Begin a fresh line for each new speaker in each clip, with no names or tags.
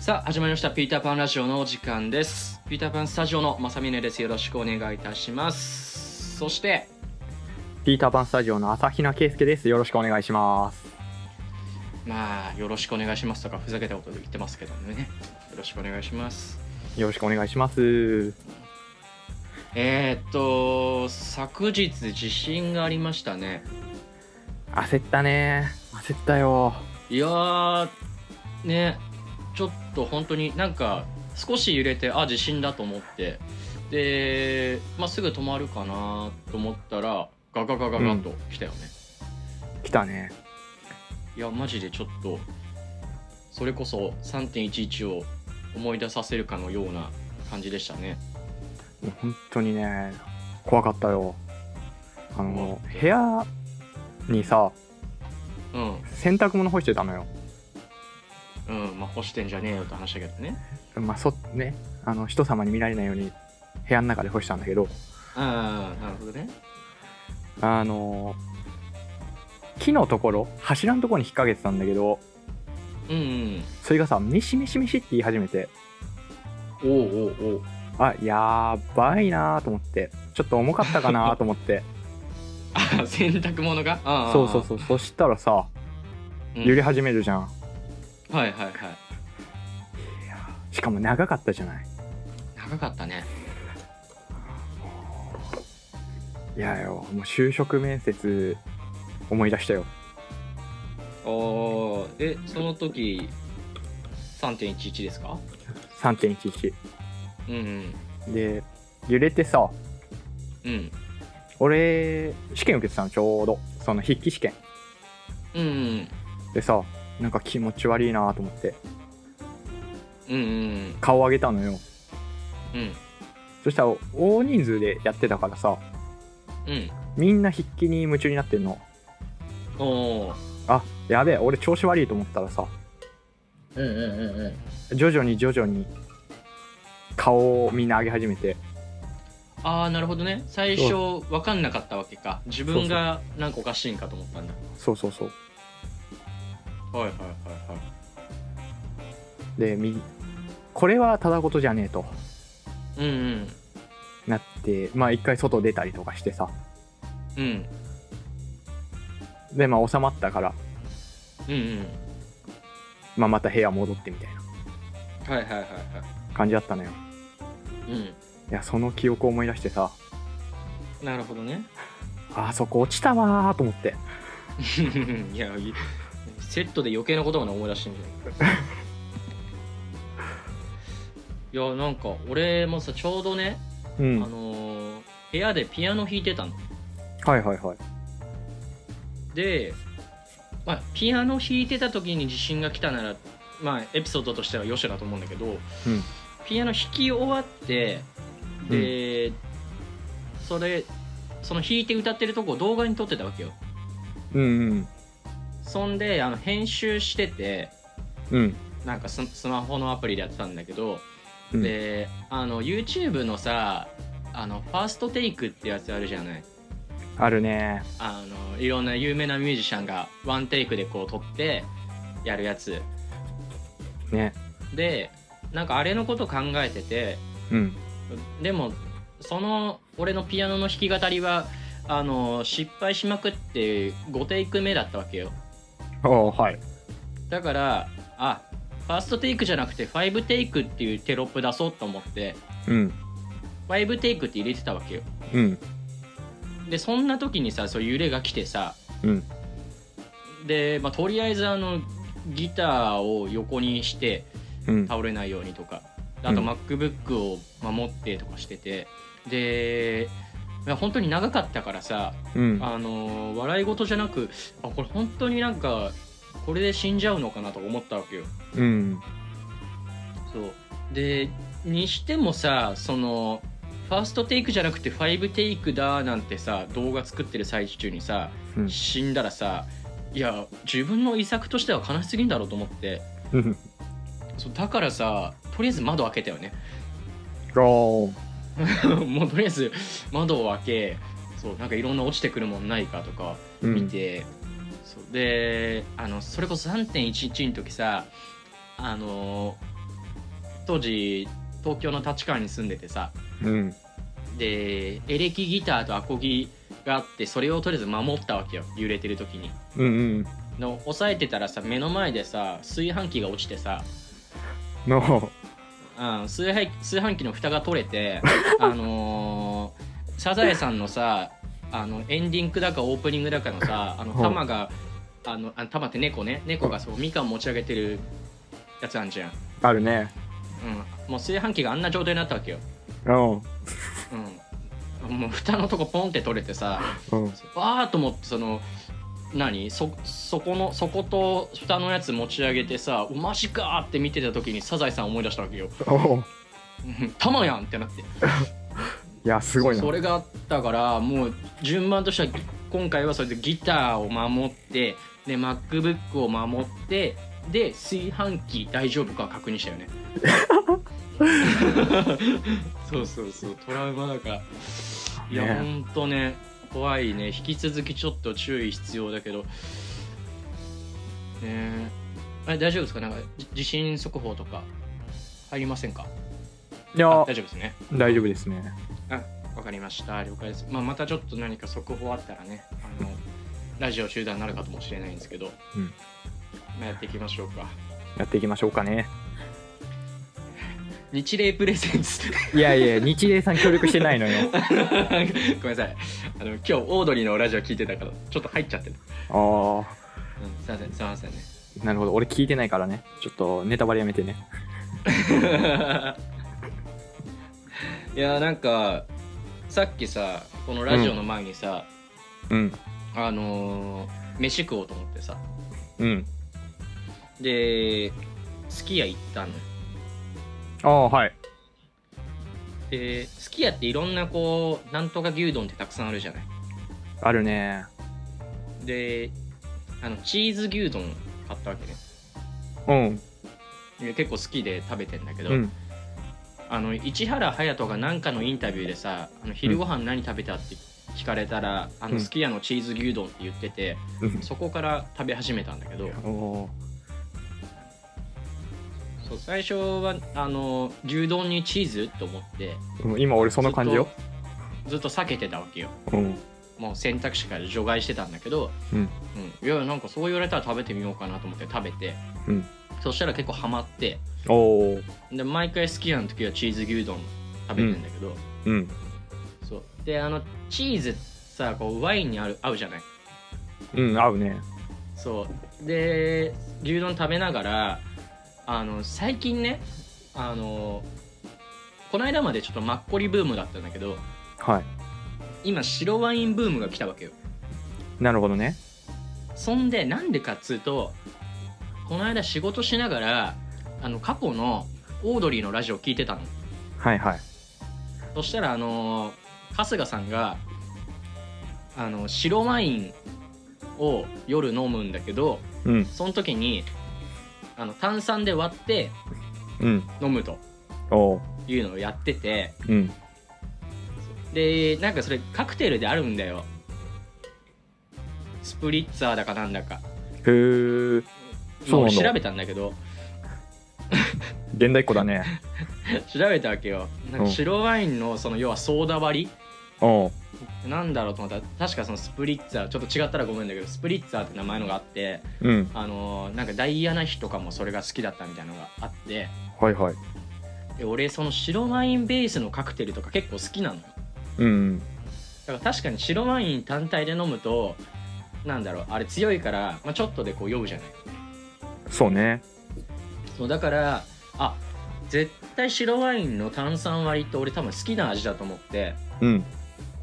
さあ始まりましたピーターパンラジオのお時間ですピーターパンスタジオのまさみねですよろしくお願いいたしますそして
ピーターパンスタジオの朝比奈圭介です。よろしくお願いします。
まあよろしくお願いしますとかふざけたこと言ってますけどねよろしくお願いします
よろしくお願いします。
えー、っと昨日地震がありましたね
焦ったね。焦ったよ。
いやーねちょっと本当になんか少し揺れてあ地震だと思ってで、まあ、すぐ止まるかなと思ったらガガガガガと来たよね、
来たね。
いやマジでちょっとそれこそ3.11を思い出させるかのような感じでしたね
もう本当にね、怖かったよ。あの、部屋にさ、
うん
洗濯物干してたのよ。
うんまあ干してんじゃねえよって話だけどね
まあ、そ、ね、あの、人様に見られないように部屋の中で干したんだけど、
ああなるほどね
あの、木のところ、柱のところに引っ掛けてたんだけど、
うん、うん、
それがさ、ミシミシミシって言い始めて、
おうおうおう
あやばいなーと思ってちょっと重かった かなーと思って
あ洗濯物がああ
そうそうそうそしたらさ
うん
揺れ始めるじゃん、
はいはいはい
しかも長かったじゃない
長かったね
いやよもう就職面接思い出したよ
おーえその時3.11ですか
3.11
うん
で揺れてさ
うんうん
俺試験受けてたのちょうどその筆記試験
うんうん
でさなんか気持ち悪いなーと思って
うんうん
顔上げたのよ
うん
そしたら大人数でやってたからさ
うん
みんな筆記に夢中になってんの
おお
あやべえ俺調子悪いと思ったらさ
うんうんうんうん
徐々に徐々に顔をみんな上げ始めて
ああなるほどね最初分かんなかったわけか自分がなんかおかしいんかと思ったんだ
そうそうそう
はいはいはいはい
でみこれはただ事じゃねえと
うんうん
なってまあ一回外出たりとかしてさ
うん
でまあ収まったから、
うんうん
まあ、また部屋戻ってみたいな
はいはいはいは
感じだったのよ
い
いやその記憶を思い出してさ
うんなるほどね
あそこ落ちたわーと思って
いやいセットで余計なことまで思い出してんじゃ んいやなんか俺もさちょうどね、
う
あ
んはい
のー部屋でピアノ弾いてたの
はいはい
で、まあ、ピアノ弾いてた時に地震が来たなら、まあ、エピソードとしてはよしだと思うんだけど、ピアノ弾き終わってで、それその弾いて歌ってるとこを動画に撮ってたわけよ
うんうん
そんであの編集してて
うん
なんかススマホのアプリでやってたんだけど、
うん
であの YouTube のさあのファーストテイクってやつあるじゃない
あるね
あのいろんな有名なミュージシャンがワンテイクでこう撮ってやるやつ
ね
でなんかあれのこと考えてて
うん
でもその俺のピアノの弾き語りはあの失敗しまくって5テイク目だったわけよ
ああはい
だからあファーストテイクじゃなくて5テイクっていうテロップ出そうと思って
うん
5テイクって入れてたわけよ
うん
でそんな時にさそういう揺れが来てさ
うん
で、まあ、とりあえずあのギターを横にして
うん
倒れないようにとかあと
うん
MacBook を守ってとかしててでいや本当に長かったからさ
うん
あのー笑い事じゃなくあこれ本当になんかこれで死んじゃうのかなとか思ったわけよ
うん
そうでにしてもさそのファーストテイクじゃなくて5テイクだなんてさ動画作ってる最中にさ
うん
死んだらさいや自分の遺作としては悲しすぎんだろうと思って
うん
そうだからさとりあえず窓開けたよね
お ー
もうとりあえず窓を開けそうなんかいろんな落ちてくるもんないかとか
うん
見て、そうであのそれこそ3.11の時さあの当時東京の立川に住んでてさ
うん
でエレキギターとアコギがあってそれをとりあえず守ったわけよ揺れてる時に
うんうん
の抑えてたらさ目の前でさ炊飯器が落ちてさ、
の
うん、炊飯炊飯器の蓋が取れてあのーサザエさんのさあのエンディングだかオープニングだかのさあの
はい
玉があのあ玉って猫ね猫がそうみかん持ち上げてるやつあんじゃん、う
あるね
ん、もう炊飯器があんな状態になったわけよ、
うん
うん、もう蓋のとこポンって取れてさ
うん
わーっと思ってその何そそこのそこと蓋のやつ持ち上げてさ「マジか!」って見てた時にサザエさん思い出したわけよ
おう
「タマやん!」ってなって
いやすごいな
それがあったからもう順番としては今回はそれでギターを守ってで MacBook を守ってで炊飯器大丈夫か確認した よねそうそうそうトラウマだからいや、
ね
ほんとね怖いね引き続きちょっと注意必要だけどねえあれ大丈夫ですかなんかじ地震速報とか入りませんか
いや
あ大丈夫ですね
大丈夫ですね
わかりました了解です、まあ、またちょっと何か速報あったらねあのラジオ中断になるかもしれないんですけど、
うん
まあ、やっていきましょうか
やっていきましょうかね
日霊プレゼンツ
いやいや日霊さん協力してないのよ
ごめんなさいあの今日オードリーのラジオ聞いてたからちょっと入っちゃってる、
ああ
うん、すいませんすいません ね
なるほど俺聞いてないからねちょっとネタバレやめてね
いやなんかさっきさこのラジオの前にさ、
うん
あのー飯食おうと思ってさ
うん
ですき家行ったの
ああはい
で、すき家っていろんなこう、なんとか牛丼ってたくさんあるじゃない。
あるね
で、あの、チーズ牛丼買ったわけね。
うん
で結構好きで食べてんだけど、
うん
あの、市原隼人がなんかのインタビューでさ、あの昼ご飯何食べたって聞かれたら、あ
う
の、
ん
すき家のチーズ牛丼って言ってて、そこから食べ始めたんだけど、
おお
そう最初は、あの、牛丼にチーズと思って、
ーうん今俺そんな感じよ
ずっと避けてたわけよ。
うん
もう選択肢から除外してたんだけど、
うん
うんいやなんかそう言われたら食べてみようかなと思って食べて、
うん
そしたら結構ハマって
おおー
で毎回好きな時はチーズ牛丼食べてんだけど、
うん
そうであのチーズさこうワインにある合うじゃない
うん合うね
そうで牛丼食べながらあの最近ねあのこの間までちょっとマッコリブームだったんだけど
は
今白ワインブームが来たわけよ
いなるほどね
そんでなんでかっつうとこの間仕事しながらあの過去のオードリーのラジオ聞いてたの
はいはい
そしたらあのー春日さんがあの白ワインを夜飲むんだけど
うん
その時にあの炭酸で割って
うん
飲むと
おお
いうのをやってて
ーうん
でなんかそれカクテルであるんだよスプリッツァーだかなんだか、
へえ
まあ
そうな
俺
んだ
調べたんだけど
現代っ子だね
調べたわけよなんか白ワインのその要はソーダ割
お う
りなんだろうと思ったら確かそのスプリッツァーちょっと違ったらごめんだけどスプリッツァーって名前のがあって
うん
あのーなんかダイアナ妃とかもそれが好きだったみたいなのがあって
はいはい
で俺その白ワインベースのカクテルとか結構好きなのよ
うん
だから確かに白ワイン単体で飲むとなんだろうあれ強いから、まあ、ちょっとでこう酔うじゃない
そうね
そうだからあ絶対白ワインの炭酸割りって俺多分好きな味だと思って
うん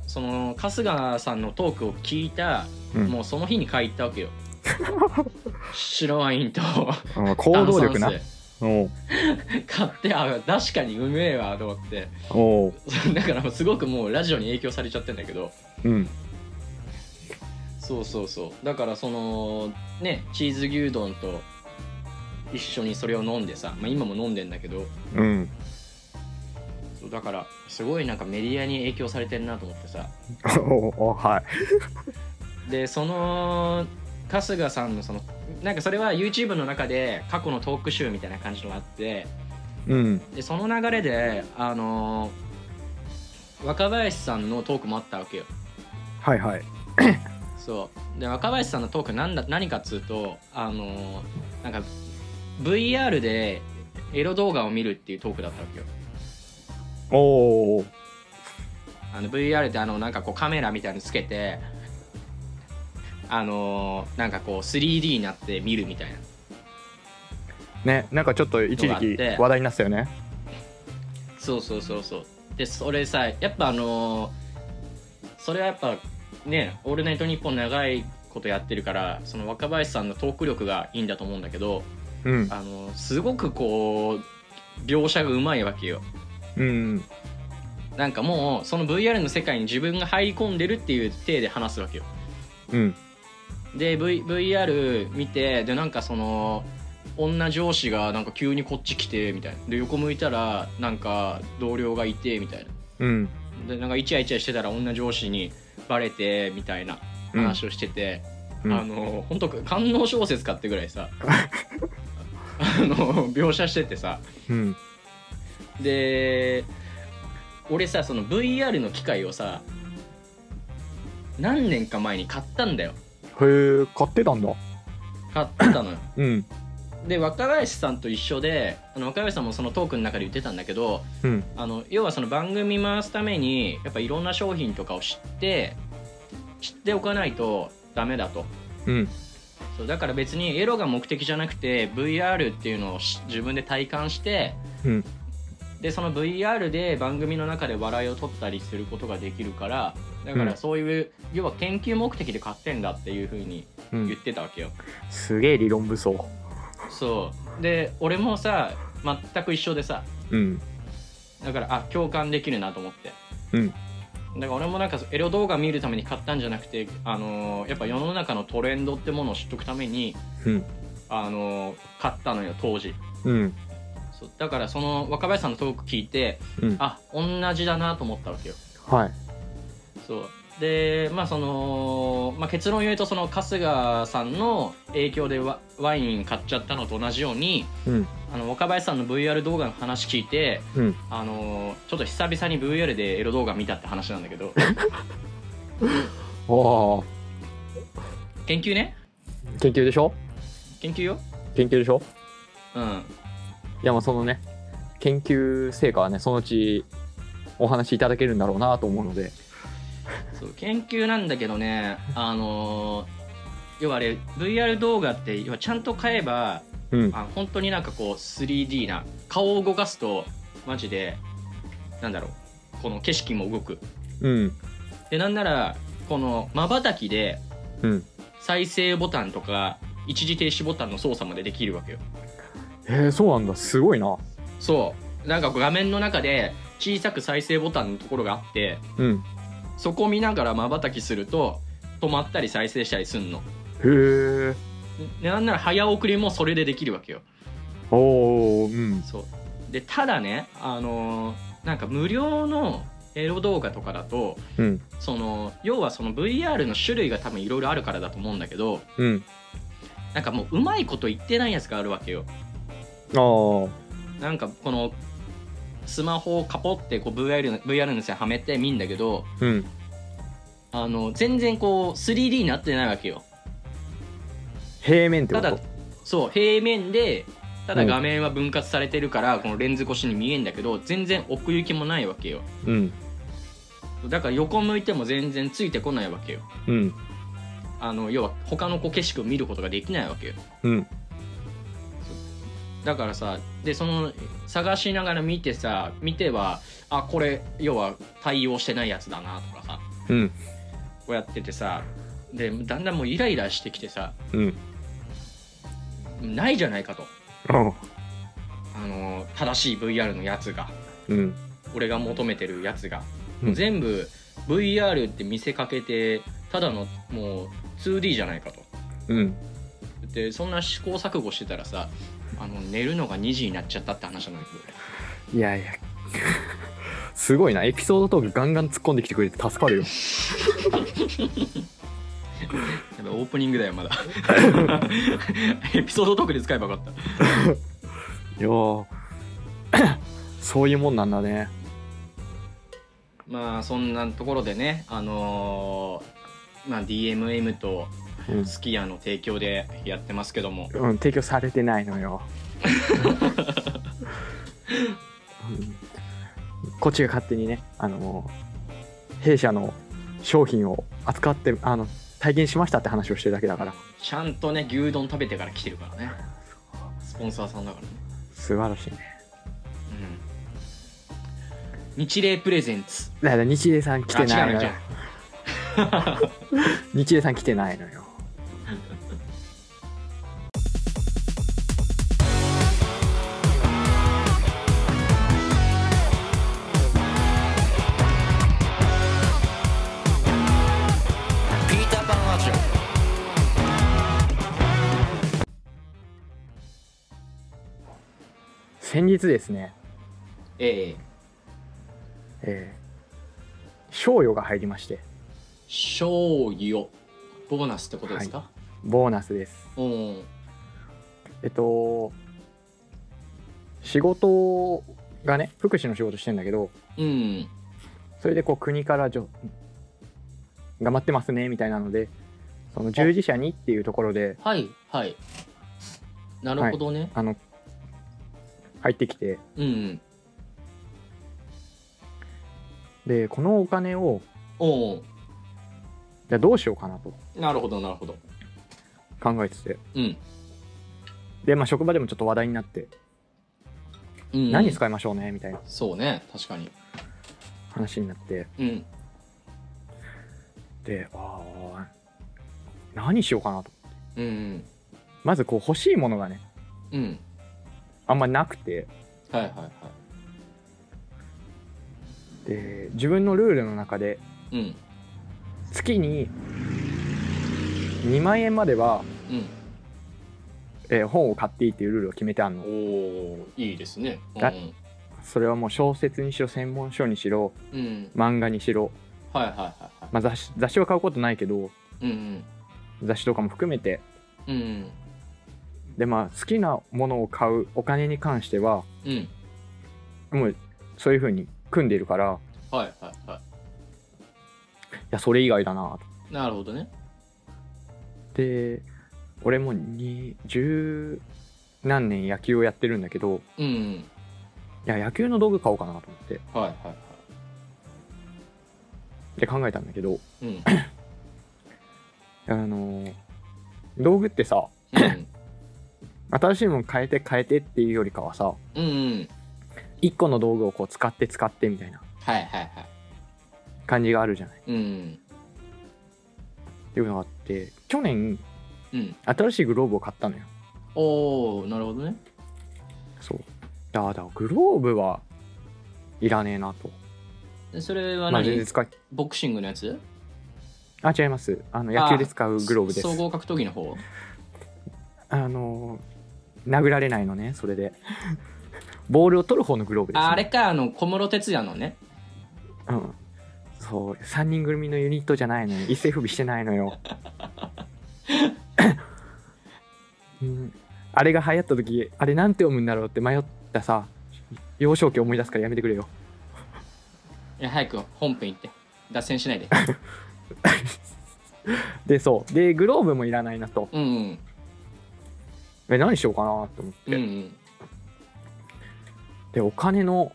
その春日さんのトークを聞いた、
うん
もうその日に買い行ったわけよ白ワインと
あ行動力な
炭酸
おう
水買ってあ確かにうめえわと思って
おう
そうだからもうすごくもうラジオに影響されちゃってんだけど
うん
そうそうそうだからそのねチーズ牛丼と一緒にそれを飲んでさ、まあ、今も飲んでんだけど
うん
そうだからすごいなんかメディアに影響されてんなと思ってさ
おうおうはい
でその春日さんのそのなんかそれは YouTube の中で過去のトーク集みたいな感じのがあって
うん
でその流れであのー若林さんのトークもあったわけよ
はいはい
そうで若林さんのトークなんだ何かっつうとあのーなんか VR でエロ動画を見るっていうトークだったわけよ
おお
あの VR ってあのなんかこうカメラみたいのつけてあのーなんかこう 3D になって見るみたいな
ねなんかちょっと一時期
のがあって
話題になってたよね
そうそうそうそうでそれさやっぱあのーそれはやっぱね「オールナイトニッポン」長いことやってるからその若林さんのトーク力がいいんだと思うんだけど
うん
あのーすごくこう描写がうまいわけよ
うん
なんかもうその VR の世界に自分が入り込んでるっていう体で話すわけよ
うん
で、v、VR 見てでなんかその女上司がなんか急にこっち来てみたいなで横向いたらなんか同僚がいてみたいな
うん
でなんかイチャイチャしてたら女上司にバレてみたいな
うん
話をしてて、
うん
あの本当官能小説かってぐらい さあの描写しててさ
うん
で俺さその VR の機械をさ何年か前に買ったんだよ
へえ買ってたんだ
買ってたのよ
うん
で若林さんと一緒であの若林さんもそのトークの中で言ってたんだけど
うん
あの要はその番組回すためにやっぱいろんな商品とかを知って知っておかないとダメだと
うん
そうだから別にエロが目的じゃなくて VR っていうのをし自分で体感して
うん
でその VR で番組の中で笑いを取ったりすることができるからだか
うん
らそういう、要は研究目的で買ってんだっていうふうに
う
言っ
ん
てたわけよ、
すげえ理論武装
そうで俺もさ全く一緒でさ
うん
だからあ共感できるなと思って
うん
だから俺もなんかエロ動画見るために買ったんじゃなくて、あのーやっぱ世の中のトレンドってものを知っとくために、
うん
あのー買ったのよ当時
うん
そうだからその若林さんのトーク聞いて
うん
あ同じだなと思ったわけよ
はい
そうでまあその、まあ、結論言うとその春日さんの影響でワワイン買っちゃったのと同じように
うん
あの若林さんの VR 動画の話聞いて
うん
あのーちょっと久々に VR でエロ動画見たって話なんだけど
おー
研究ね
研究でしょ
研究よ
研究でしょ
うん
いやまあそのね研究成果はねそのうちお話しいただけるんだろうなと思うので
そう研究なんだけど ねあのー要はあれ VR 動画って要はちゃんと買えば
うん
あ本当になんかこう 3D な顔を動かすとマジでなんだろうこの景色も動く
うん
でなんならこのまばたきで
うん
再生ボタンとか一時停止ボタンの操作までできるわけよ
へえそうなんだすごいな
そうなんかこう画面の中で小さく再生ボタンのところがあって
うん
そこを見ながらまばたきすると止まったり再生したりすんの
へえ
でなんなら早送りもそれでできるわけよ
おおうん
そうでただねあのーなんか無料のエロ動画とかだと
うん
その要はその VR の種類が多分いろいろあるからだと思うんだけど
うん
なんかもううまいこと言ってないやつがあるわけよ
ああ
なんかこのスマホをカポってこう VR の VR の線はめて見んだけど
うん
あの全然こう 3D になってないわけよ
平面ってこ
た
と
だそう平面でただ
うん
画面は分割されてるから、このレンズ越しに見えんだけど全然奥行きもないわけよ
うん
だから横向いても全然ついてこないわけよ
うん
あの要は他のこう景色を見ることができないわけよ
うん
だからさでその探しながら見てさ見てはあこれ要は対応してないやつだなとかさ
うん
こうやっててさでだんだんもうイライラしてきてさ
うん
ないじゃないかと
あ
あの正しい VR のやつが
うん
俺が求めてるやつが、
うん
全部 VR って見せかけてただのもう 2D じゃないかと
うん
でそんな試行錯誤してたらさあの寝るのが2時になっちゃったって話なんだ
いやい やすごいなエピソードトークガンガン突っ込んできてくれて助かるよ
けどやっぱオープニングだよま だエピソードトークで使えばよかった
いやー そういうもんなんだね。
まあそんなところでねあのーまあ DMM と
うん
スキヤの提供でやってますけども
うん、提供されてないの よ、うんこっちが勝手にねあの弊社の商品を扱ってあの体現しましたって話をしてるだけだから
ちゃんとね牛丼食べてから来てるからねスポンサーさんだからね
素晴らしいね
うん日霊プレゼンツ
だから日英さん来てないのよ
あ違う違う
日英さん来てないのよ
ピーターパンラジオ
先日ですね
ええ
えー賞与が入りまして
賞与ボーナスってことですか、
ボーナスです
うん
えっと仕事がね福祉の仕事してんだけど
うん
それでこう国からじょ頑張ってますねみたいなのでその従事者にっていうところで
はいはいなるほどね、
あの入ってきて
うん
でこのお金を
おう
じゃあどうしようかなと
なるほどなるほど
考えてて
うん、
で、まあ、職場でもちょっと話題になって、
うん、
何
か
使いましょうねみたいな
そうね確かに
話になって
うん
でああ何しようかなと
うん
まずこう欲しいものがね
うん
あんまなくて
はいはいは
で自分のルールの中で
いうん
月に2万円までは、えー本を買っていいっていうルールを決めてある
う
の
んおおいいですね
だそれはもう小説にしろ専門書にしろ
うん、うん、
漫画にしろ、
はいはいはいは
まあ、雑誌雑誌は買うことないけど
いうん
雑誌とかも含めて
うんうん
でまあ好きなものを買うお金に関しては
うん
もうそういうふうに組んでいるから
はいはいはい
やそれ以外だなと
いなるほどね
で俺もに十何年野球をやってるんだけど
うん
いや野球の道具買おうかなと思って
はいはいは
で考えたんだけど
いうん
あのー道具ってさ
うん
新しいもの変えて変えてっていうよりかはさ
うんうん
一個の道具をこう使って使ってみたいな
はいはいは
感じがあるじゃないっ
いうん
ていうのがあって去年
うん
新しいグローブを買ったのよ
おおなるほどね
そうだからだからグローブはいらねえなと
でそれは
まあ全
何
然使い
ボクシングのやつ
あ違いますあの野球で使うグローブです
総合格闘技の方
あのー殴られないのねそれで ボールを取る方のグローブです、ね、
ああれかあの小室哲哉のね
うんそう3人組のユニットじゃないのよ一斉不備してないのよ、うん、あれが流行った時あれなんて読むんだろうって迷ったさ幼少期思い出すからやめてくれよ
いや早く本編行って脱線しないで
でそうでグローブもいらないなと
うんうん
え何しようかなと思って、
うんうん
でお金の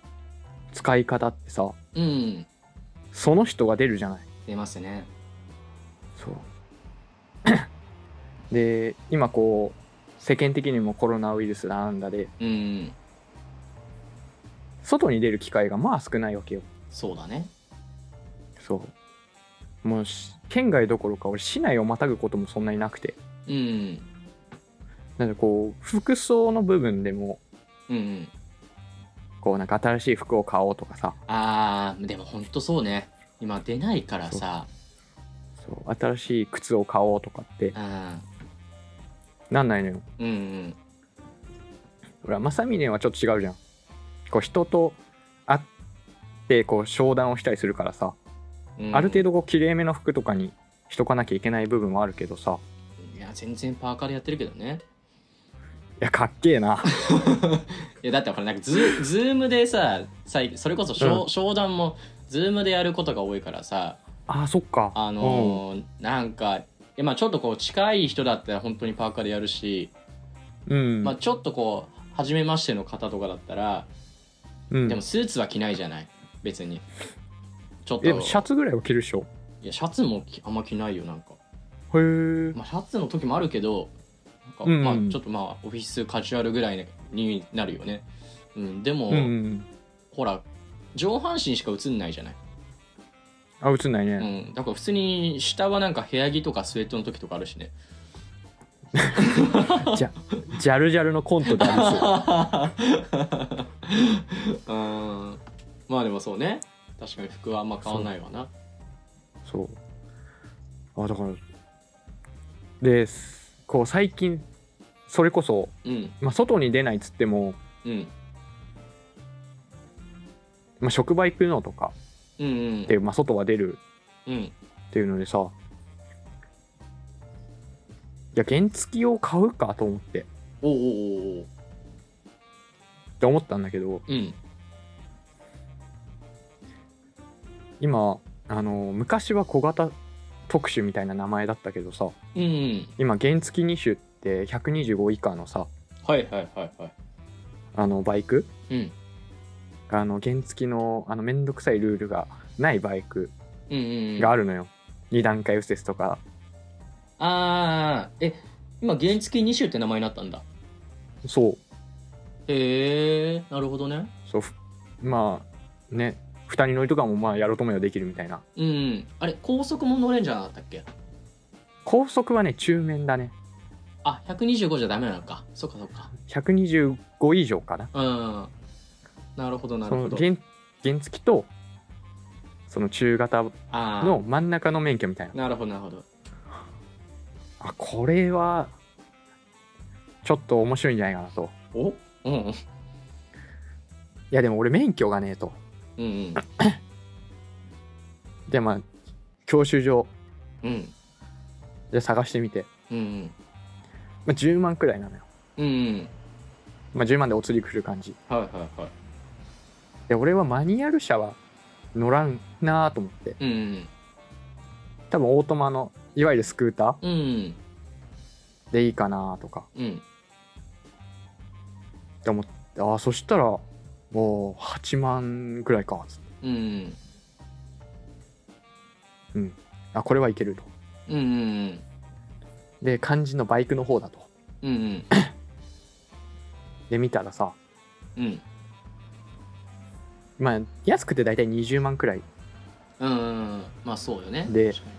使い方ってさ
うん
その人が出るじゃない
出ますね
そう で今こう世間的にもコロナウイルスだなんだで
うん
外に出る機会がまあ少ないわけよ
そうだね
そうもうし県外どころか俺市内をまたぐこともそんなになくて
うん
なのでこう服装の部分でも
うんうん
こうなんか新しい服を買おうとかさ
あーでもほんとそうね今出ないからさ
そう新しい靴を買おうとかって
あ
なんないのよ
ーうんうん
ほら正峰はちょっと違うじゃんこう人と会ってこう商談をしたりするからさ、
うん
ある程度こう綺麗めの服とかにしとかなきゃいけない部分はあるけどさ
いや全然パーカーでやってるけどね
やかっけえな
いやだってほらなんかズズームでさ最それこそ商,、
う
商談もズームでやることが多いからさ
あそっか
あのーなんかいやまあちょっとこう近い人だったら本当にパーカーでやるし、
うん、うん
まあ、ちょっとこう初めましての方とかだったら
うん、
でもスーツは着ないじゃない別にちょっと
えでもシャツぐらいは着るでしょ
いやシャツもきあんま着ないよなんか、
へえ
まあ、シャツの時もあるけどなんか、
うん
まあ、ちょっとまあオフィスカジュアルぐらいになるよね、うん、でも、
うんうん
ほら上半身しか映んないじゃない、
あ映んないね、
うん、だから普通に下はなんか部屋着とかスウェットの時とかあるしね
じゃジャルジャルのコントであ りそう
うんまあでもそうね確かに服はあんま変わんないわな
そうあだからですこう最近それこそ、
うん
まあ、外に出ないっつっても、
うん
まあ、職場行くのとか
うんうん
で、まあ、外は出る
うん
っていうのでさいや原付きを買うかと思ってっ
おうおうおうおう
て思ったんだけど
うん
今あの昔は小型特殊みたいな名前だったけどさ
うんうん
今原付き2種って125以下のさ
はいはいはいは
あのバイク
いうん
あの原付きのあのめんどくさいルールがないバイク
うんうんうん
があるのよ、2段階右折とか
ああえ今原付2種って名前になったんだ
そう
へえなるほどね
そうふまあね2人乗りとかもまあやろうと思えばできるみたいな
うんうんあれ高速も乗れんじゃなかったっけ
高速はね中面だね
あ125じゃダメなのかそっかそっか
125以上かな
うんなるほどな
そ
る
の
ほど
原原付とその中型
ああ
の真ん中の免許みたいな
なるほどなるほど
あこれはちょっと面白いんじゃないかなと
おうんうん
いやでも俺免許がねえと
うん
でまあ教習所
うんうん
で探してみて、
うん
まあ、10万くらいなのよ、
うんうん
まあ、10万でお釣り来る感じ
はいはいはい
で俺はマニュアル車は乗らんなーと思って
うん
多分オートマのいわゆるスクータ
うんうん
ーでいいかなーとか
うん
って思ってああそしたらもう8万くらいかつって
うん
あこれはいけると
うんうん
で肝心のバイクの方だと
うんうん
で見たらさ
うん
まあ安くて大体20万くらい
うんうんまあそうよね
で
確か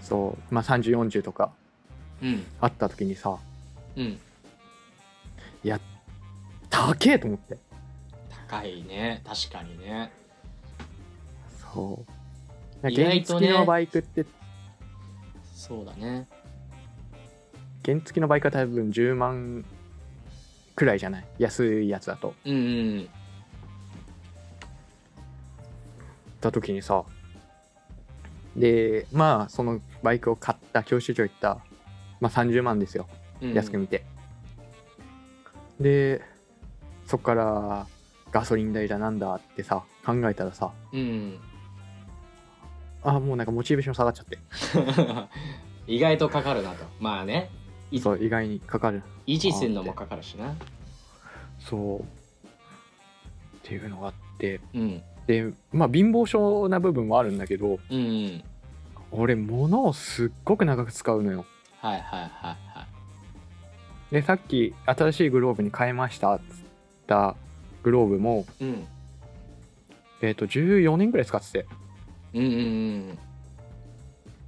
そうまあ3040とか
にうん
あった時にさ
うん
高えと思って
高いね確かにね
そう
意
原
外と
付
ね
のバイクって、
そうだね
原付のバイクは多分10万くらいじゃない安いやつだと
うんうん
った時にさでまあそのバイクを買った教習所行った、まあ、30万ですよ
うん
安く見て、でそっからガソリン代だなんだってさ考えたらさ
うん
あもうなんかモチベーション下がっちゃって
意外とかかるなとまあねい
そう意外にかかる
維持するのもかかるしな
そうっていうのがあって
うん
でまあ貧乏症な部分もあるんだけど
うんうん
俺物をすっごく長く使うのよ
はいはいはいはい
でさっき新しいグローブに変えましたっつったグローブも、
うん
えー、と14年ぐらい使ってて
うんうん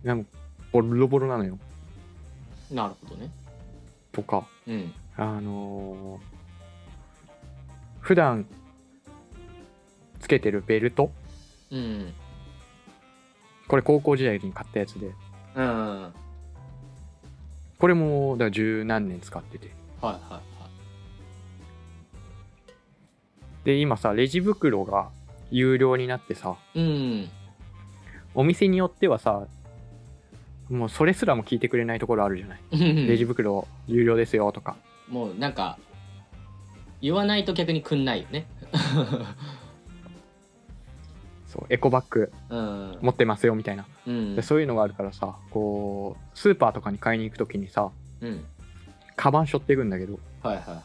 でもボロボロなのよ
うんなるほどね
とか
うん
あのー普段つけてるベルト
うん
これ高校時代に買ったやつで
うんはい
これもだから十何年使ってて
はいはい
で今さレジ袋が有料になってさ
うん
お店によってはさもうそれすらも聞いてくれないところあるじゃない、
うん
レジ袋有料ですよとか
もうなんか言わないと逆にくんないよね
そうエコバッグ
うん
持ってますよみたいな、
うん
でそういうのがあるからさこうスーパーとかに買いに行く時にさ
うん
カバン背負っていくんだけど
はいはいは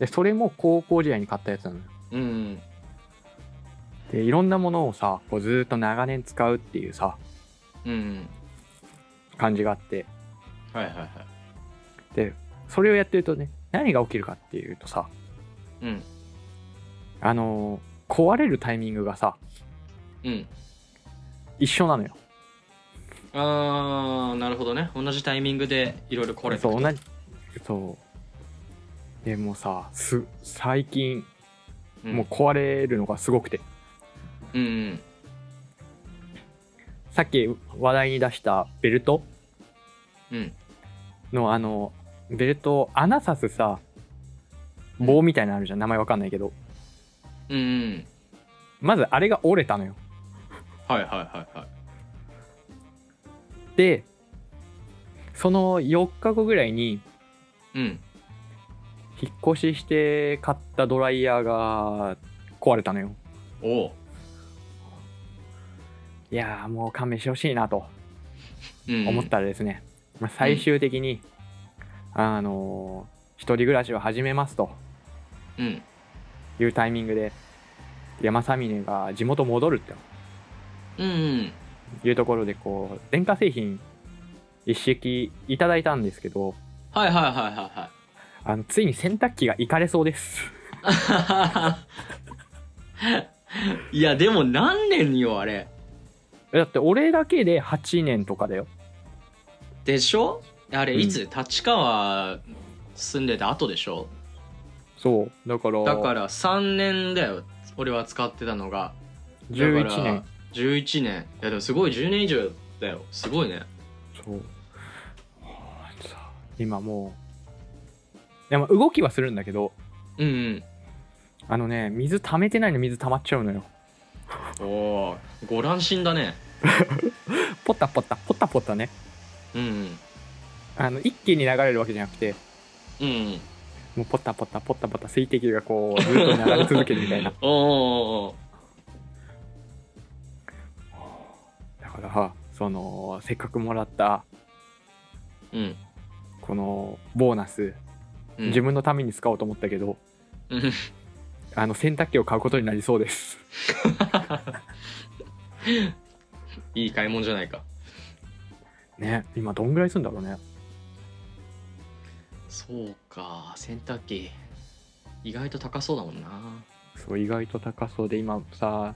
でそれも高校時代に買ったやつなのよ
いうん
でいろんなものをさこうずーっと長年使うっていうさ
うん
感じがあって
はいはいはい
それをやってるとね何が起きるかっていうとさ
うん
あのー壊れるタイミングがさ
うん
一緒なのよ
あーなるほどね同じタイミングでいろいろこれ
そう同じそうでもうさす最近
うん
もう壊れるのがすごくて、
うんうん
さっき話題に出したベルト
うん
のあのベルト穴刺すさ棒みたいなのあるじゃん名前わかんないけど
うんうん
まずあれが折れたのよ
はいはいはいはい
でその4日後ぐらいに
うん
引っ越しして買ったドライヤーが壊れたのよ
おう
いやーもう勘弁してほしいなと
うん
思ったらですね、まあ、最終的に、あのー一人暮らしを始めますと
うん
いうタイミングで山サミネが地元戻ると
うんうん
いうところでこう電化製品一式いただいたんですけど
はいはいはいはいはい
あのついに洗濯機がいかれそうです
いやでも何年よあれ
だって俺だけで8年とかだよ
でしょあれ
うん
いつ、立川住んでた後でしょ
そうだから
だから3年だよ俺は使ってたのがだから
11年
11年いやでもすごい10年以上だよすごいね
そうはあさ今もういやまあ動きはするんだけど
うん
あのね水溜めてないの水溜まっちゃうのよ
うんおおご乱心だね
ポタポタポタポタね
うん
あの一気に流れるわけじゃなくて
うんうん
もうポタポタポタポタ水滴がこうずっと流れ続けるみた いな
おお
だからそのせっかくもらった
ーうん
このボーナス
うん
自分のために使おうと思ったけど、
うん
あの洗濯機を買うことになりそうです
いい買い物じゃないか
ね今どんぐらいするんだろうね
そうか洗濯機意外と高そうだもんな
そう意外と高そうで今さ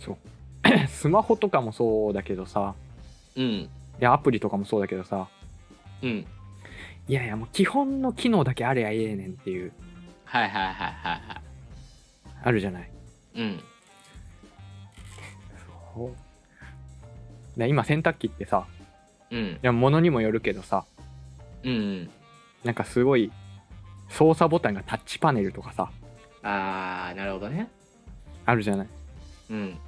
そう スマホとかもそうだけどさ
うん
いやアプリとかもそうだけどさ
うん
いやいやもう基本の機能だけあれやええねんっていう
はいはいはいはいは
あるじゃない
いうん
で今洗濯機ってさ
うん
いや物にもよるけどさ
うんうん
なんかすごい操作ボタンがタッチパネルとかさ
ああなるほどね
あるじゃない
うん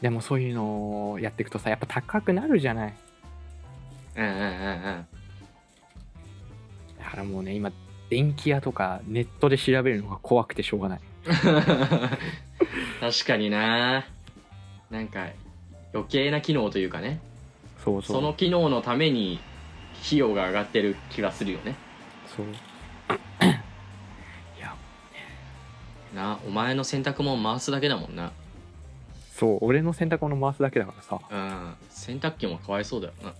でもそういうのをやっていくとさやっぱ高くなるじゃない
うんうんうん
だからもうね今電気屋とかネットで調べるのが怖くてしょうがない
うん 確かにななんか余計な機能というかね
そうそう
その機能のために費用が上がってる気がするよね
そういや
なお前の洗濯物回すだけだもんな
そう俺の洗濯物回すだけだからさ
うん洗濯機もかわいそうだよな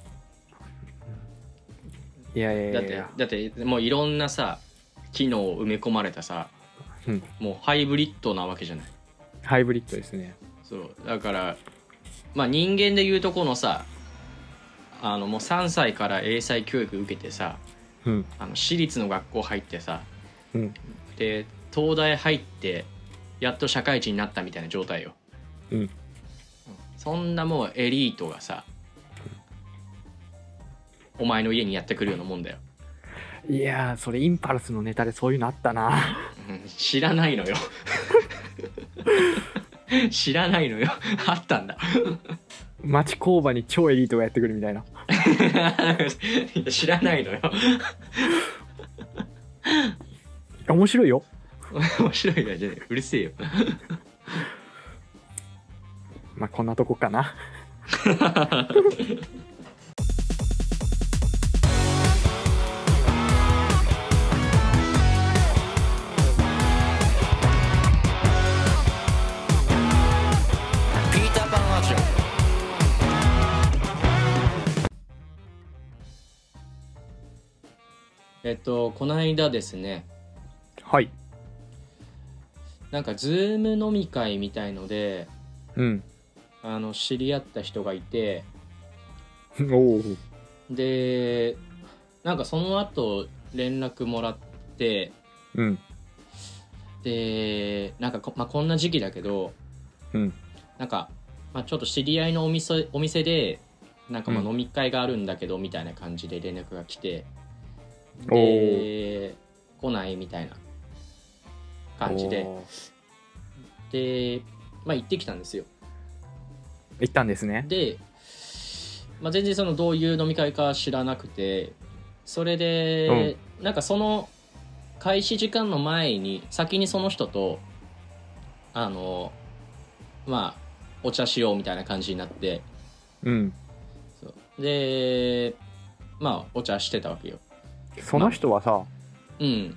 い
やいやい
だ
や
っ
い
て
や
だってもういろんなさ機能を埋め込まれたさ、
うん
もうハイブリッドなわけじゃない
ハイブリッドですね
そうだからまあ人間でいうとこのさあのもう3歳から英才教育受けてさ
うん
あの私立の学校入ってさ
うん
で東大入ってやっと社会人になったみたいな状態よ、
うん
そんなもうエリートがさお前の家にやってくるようなもんだよ
いやーそれインパルスのネタでそういうのあったな
うん知らないのよ知らないのよあったんだ
町工場に超エリートがやってくるみたいな
いや知らないのよ
面白いよ
面白いからじゃねえうるせえよ
まあこんなとこかな
ピーターパンラジオ
えっとこの間ですね
はい
なんかズーム飲み会みたいので
うん
あの知り合った人がいて
おお
でなんかその後連絡もらって
うん
でなんかこ,、まあ、こんな時期だけど
うん
なんか、まあ、ちょっと知り合いのお店お店でなんかまあ
うん
飲み会があるんだけどみたいな感じで連絡が来て、
お
で来ないみたいな感じで
おー
で、まあ、行ってきたんですよ
行ったんですね
で、まあ、全然そのどういう飲み会か知らなくてそれで、なんかその開始時間の前に先にその人とあのまあお茶しようみたいな感じになって
うん
そうでまあお茶してたわけよ
その人はさ
うん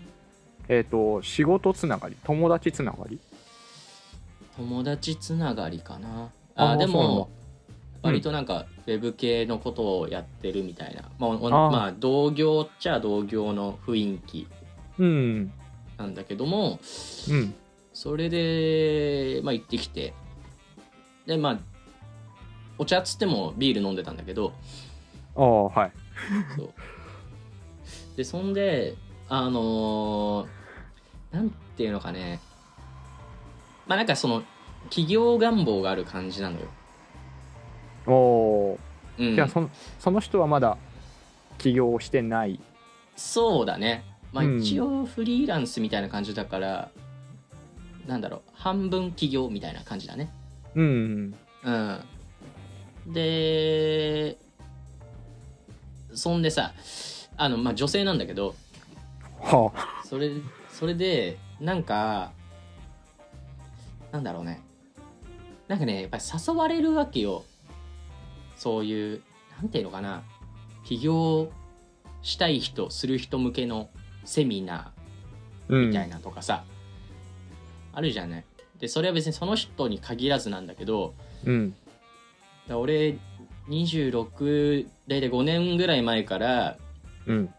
えっ、と仕事つながり友達つながり
友達つながりかなあ
あー
で
そうなんだ
も割となんかウェブ系のことをやってるみたいな、まあお
あー
まあ同業っちゃ同業の雰囲気
うん
なんだけども
うん
それで、まあ、行ってきてでまあお茶っつってもビール飲んでたんだけど
ああはい
そうでそんであのーなんていうのかねまあなんかその企業願望がある感じなのよ、
おおー
うん、
じゃあそのその人はまだ起業してない
そうだねまあ
うん
一応フリーランスみたいな感じだから、なんだろう半分企業みたいな感じだね
うん
うん、でそんでさあの、まあ、女性なんだけど
はあ
それそれでなんかなんだろうねなんかねやっぱり誘われるわけよそういうなんていうのかな起業したい人する人向けのセミナー
み
みたいなとかさ、あるじゃないでそれは別にその人に限らずなんだけど、
うん
だから俺26大体5年ぐらい前から
うん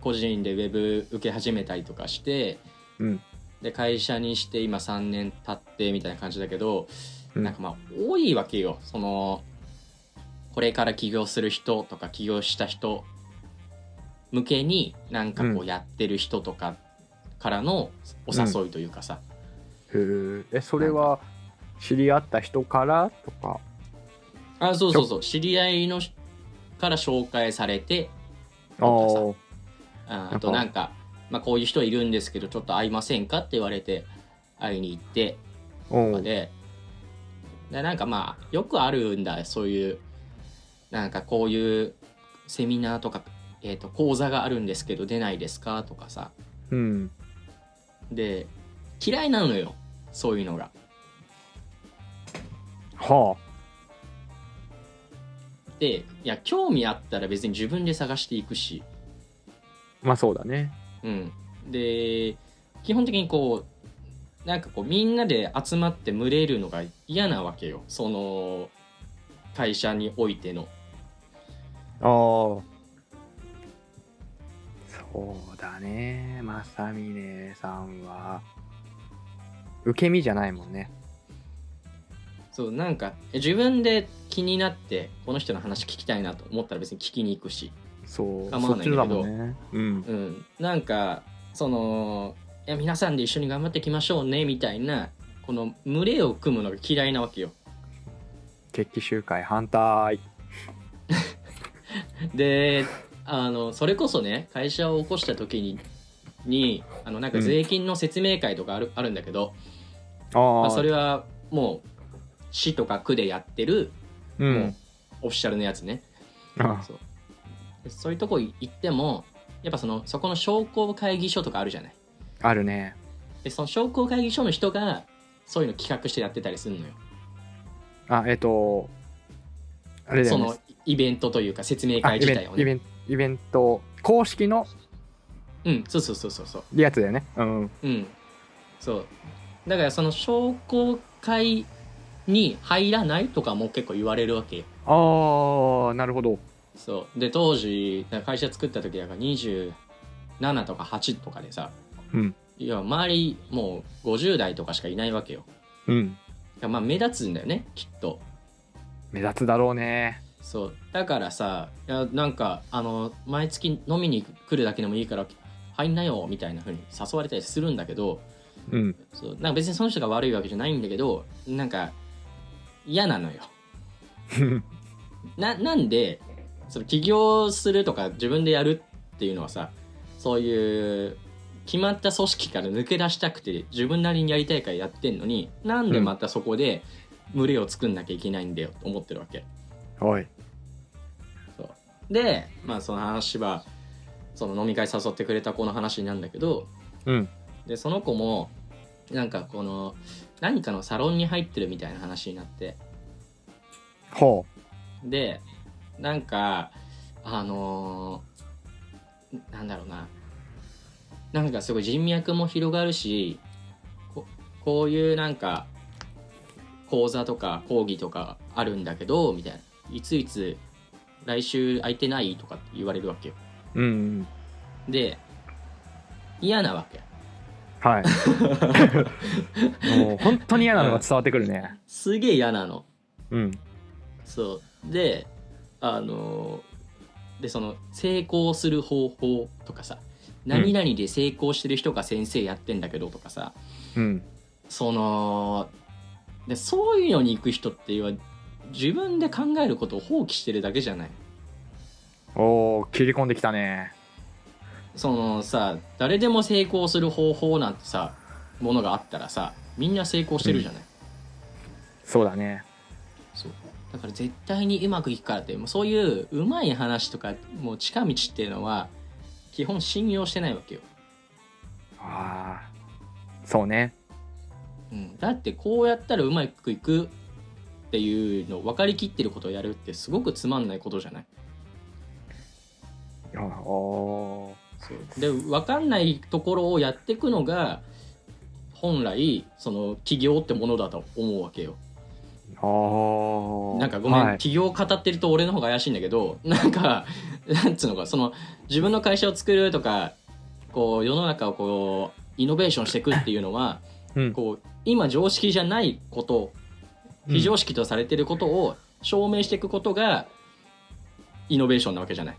個人でウェブ受け始めたりとかして
うん
で会社にして今3年経ってみたいな感じだけど、
うん
なんかまあ多いわけよそのこれから起業する人とか起業した人向けになんかこ
う
うやってる人とかからのお誘いというかさ、
へええそれは知り合った人からとか
あそうそうそう知り合いのしから紹介されて
あ
なんかさ
ー
ああとなんか、まあ、こういう人いるんですけどちょっと会いませんかって言われて会いに行って
う
とか
ん
ででなんかまあよくあるんだそういうなんかこういうセミナーとか、えー、と講座があるんですけど出ないですかとかさ
うん
で嫌いなのよそういうのが。
は
でいや興味あったら別に自分で探していくし、
あまあそうだね
うん、で基本的にこうなんかこうみんなで集まって群れるのが嫌なわけよその会社においての
ああそうだねまさみねさんは受け身じゃないもんね
そうなんかえ自分で気になってこの人の話聞きたいなと思ったら別に聞きに行くし、
そう
構わない
そっ
け
ち
ど
だもんねうん
うん、なんかそのいや皆さんで一緒に頑張っていきましょうねみたいなこの群れを組むのが嫌いなわけよ
決起集会反対
であのそれこそね会社を起こした時ににあのなんか税金の説明会とかある,、あるんだけど、
ああ、
まあ、それはもう市とか区でやってる
うん
オフィシャルのやつね
あ
そうでそういうとこ行ってもやっぱそのそこの商工会議所とかあるじゃない
あるね
でその商工会議所の人がそういうの企画してやってたりするのよ
あえっ、とあれだ
そ
よね
のイベントというか説明
あ
会
イ
自
ベ
体を
ンイ
ね
ベンイベント公式の
うんそうそうそうそうそう
やつだよねうん
うんそうだからその商工会に入らないとかも結構言われるわけよ
ああなるほど
そうで当時なんか会社作った時だから27とか8とかでさ、
うん
いや周りもう50代とかしかいないわけよ
うん
だからまあ目立つんだよねきっと
目立つだろうね
そうだからさいやなんかあの毎月飲みに来るだけでもいいから入んなよみたいな風に誘われたりするんだけど
うん
そうなんか別にその人が悪いわけじゃないんだけどなんか嫌なのよななんでその起業するとか自分でやるっていうのはさそういう決まった組織から抜け出したくて自分なりにやりたいからやってんのになんでまたそこで群れを作んなきゃいけないんだよと思ってるわけ。
おい
で、まあ、その話はその飲み会誘ってくれた子の話なんだけど
うん
でその子もなんかこの何かのサロンに入ってるみたいな話になって
ほ
でなんかあのーなんだろうななんかすごい人脈も広がるしここういうなんか講座とか講義とかあるんだけどみたいないついつ来週空いてないとかって言われるわけよ
ううん
で嫌なわけ
はい もう本当に嫌なのが伝わってくるね
すげえ嫌なの
うん
そうであのでその成功する方法とかさ何々で成功してる人が先生やってんだけどとかさ、
うん
そのでそういうのに行く人っていうのは自分で考えることを放棄してるだけじゃない
おお切り込んできたね
そのさ誰でも成功する方法なんてさものがあったらさみんな成功してるじゃない、
そうだね
そうだから絶対にうまくいくからってもうそういううまい話とかもう近道っていうのは基本信用してないわけよ、
ああそうね
うん、だってこうやったらうまくいくっていうのを分かりきってることをやるってすごくつまんないことじゃない
あお
そうで分かんないところをやっていくのが本来その起業ってものだと思うわけよ
ーおー
なんかごめん、
はい、
起業を語ってると俺の方が怪しいんだけど なんかなんつうのかその自分の会社を作るとかこう世の中をこうイノベーションしていくっていうのは
うん
こう今常識じゃないこと非常識とされてることを証明していくことがイノベーションなわけじゃない。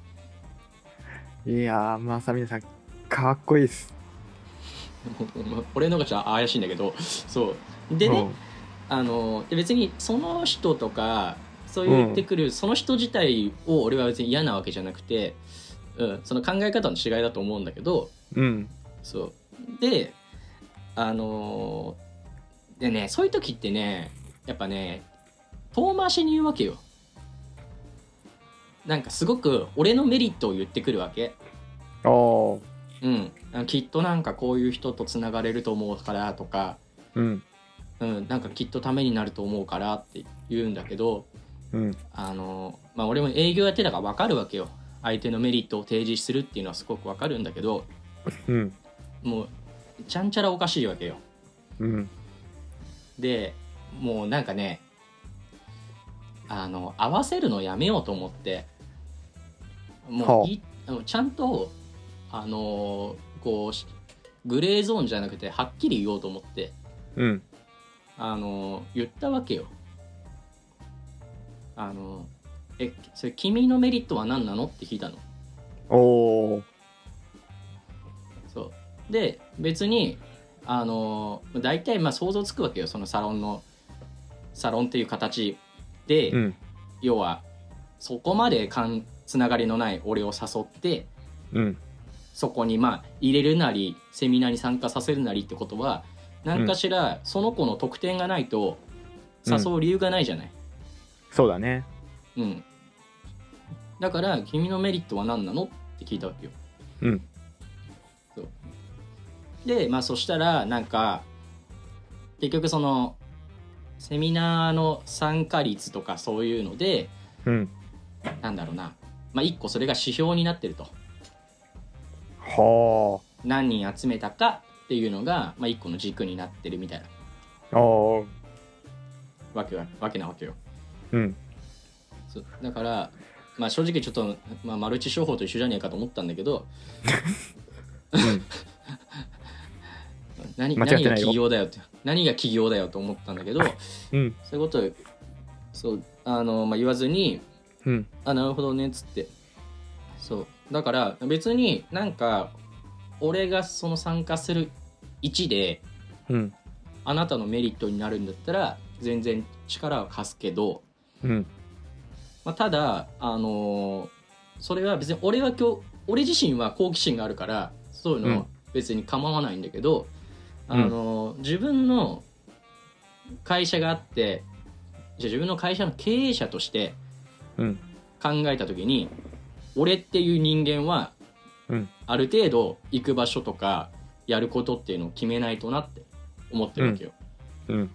いやーまさみねさんかっこいいっす
俺の方がちょっと怪しいんだけどそうでね、あので別にその人とかそう言ってくる、その人自体を俺は別に嫌なわけじゃなくて、うん、その考え方の違いだと思うんだけど
うん、うん、
そうであのでねそういう時ってねやっぱね遠回しに言うわけよなんかすごく俺のメリットを言ってくるわけ
おお
うんあのきっとなんかこういう人とつながれると思うからとか
ーうん
うん、なんかきっとためになると思うからって言うんだけど
うん
あの、まあ、俺も営業やってたから分かるわけよ相手のメリットを提示するっていうのはすごく分かるんだけど
うん
もうちゃんちゃらおかしいわけよ
うん
でもうなんかねあの合わせるのやめようと思っても
は
う
あ
いあのちゃんとあのこうしグレーゾーンじゃなくてはっきり言おうと思って
うん
あの言ったわけよあのえそれ君のメリットは何なのって聞いたの
おおー
そうで別にあの大体まあ想像つくわけよそのサロンのサロンっていう形で、
うん
要はそこまでかんつながりのない俺を誘って
うん
そこにまあ入れるなりセミナーに参加させるなりってことは何かしらその子の特典がないと誘う理由がないじゃない、
そうだね
うん、だから君のメリットは何なのって聞いたわけよ
うん
そうでまあそしたらなんか結局そのセミナーの参加率とかそういうので
うん
なんだろうなまあ一個それが指標になってると
は
何人集めたかっていうのが、まあ、一個の軸になってるみたいな
ああー
わけわわけなわけよ
うん
そうだから、まあ、正直ちょっと、まあ、マルチ商法と一緒じゃねえかと思ったんだけど何
間違っ
何
て
が
ないよ
起業だよって何が起業だよと思ったんだけど
うん
そういうことをそうあの、まあ、言わずに
うん
あなるほどねっつってそうだから別になんか俺がその参加する1で
うん
あなたのメリットになるんだったら全然力は貸すけど、
うん
まあ、ただあのーそれは別に俺は今日俺自身は好奇心があるからそういうのは別に構わないんだけど、
うん
あのー自分の会社があってじゃあ自分の会社の経営者として
うん
考えた時に俺っていう人間は
うん
ある程度行く場所とかやることっていうのを決めないとなって思ってるわけよ。
うん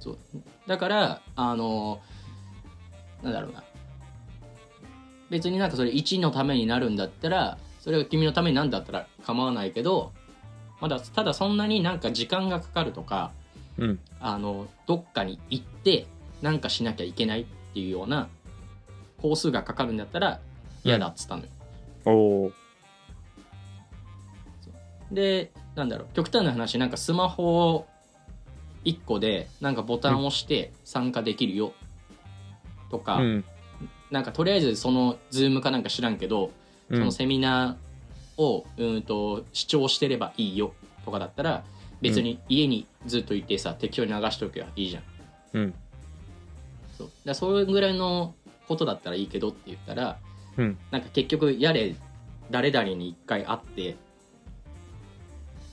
そうだからあのなんだろうな別になんかそれ1のためになるんだったらそれが君のためになんだったら構わないけどまだただそんなになんか時間がかかるとか
うん
あのどっかに行ってなんかしなきゃいけないっていうような工数がかかるんだったら嫌だっつったのよ。
おお
でなんだろう極端な話なんかスマホを1個でなんかボタンを押して参加できるよとか、
うん
なんかとりあえずその Zoom かなんか知らんけど、
う
そ
ん
のセミナーをうーんと視聴してればいいよとかだったら別に家にずっといてさ適当に流しておけばいいじゃん
うん
そうだからそれぐらいのことだったらいいけどって言ったら、
うん
なんか結局やれ誰々に一回会って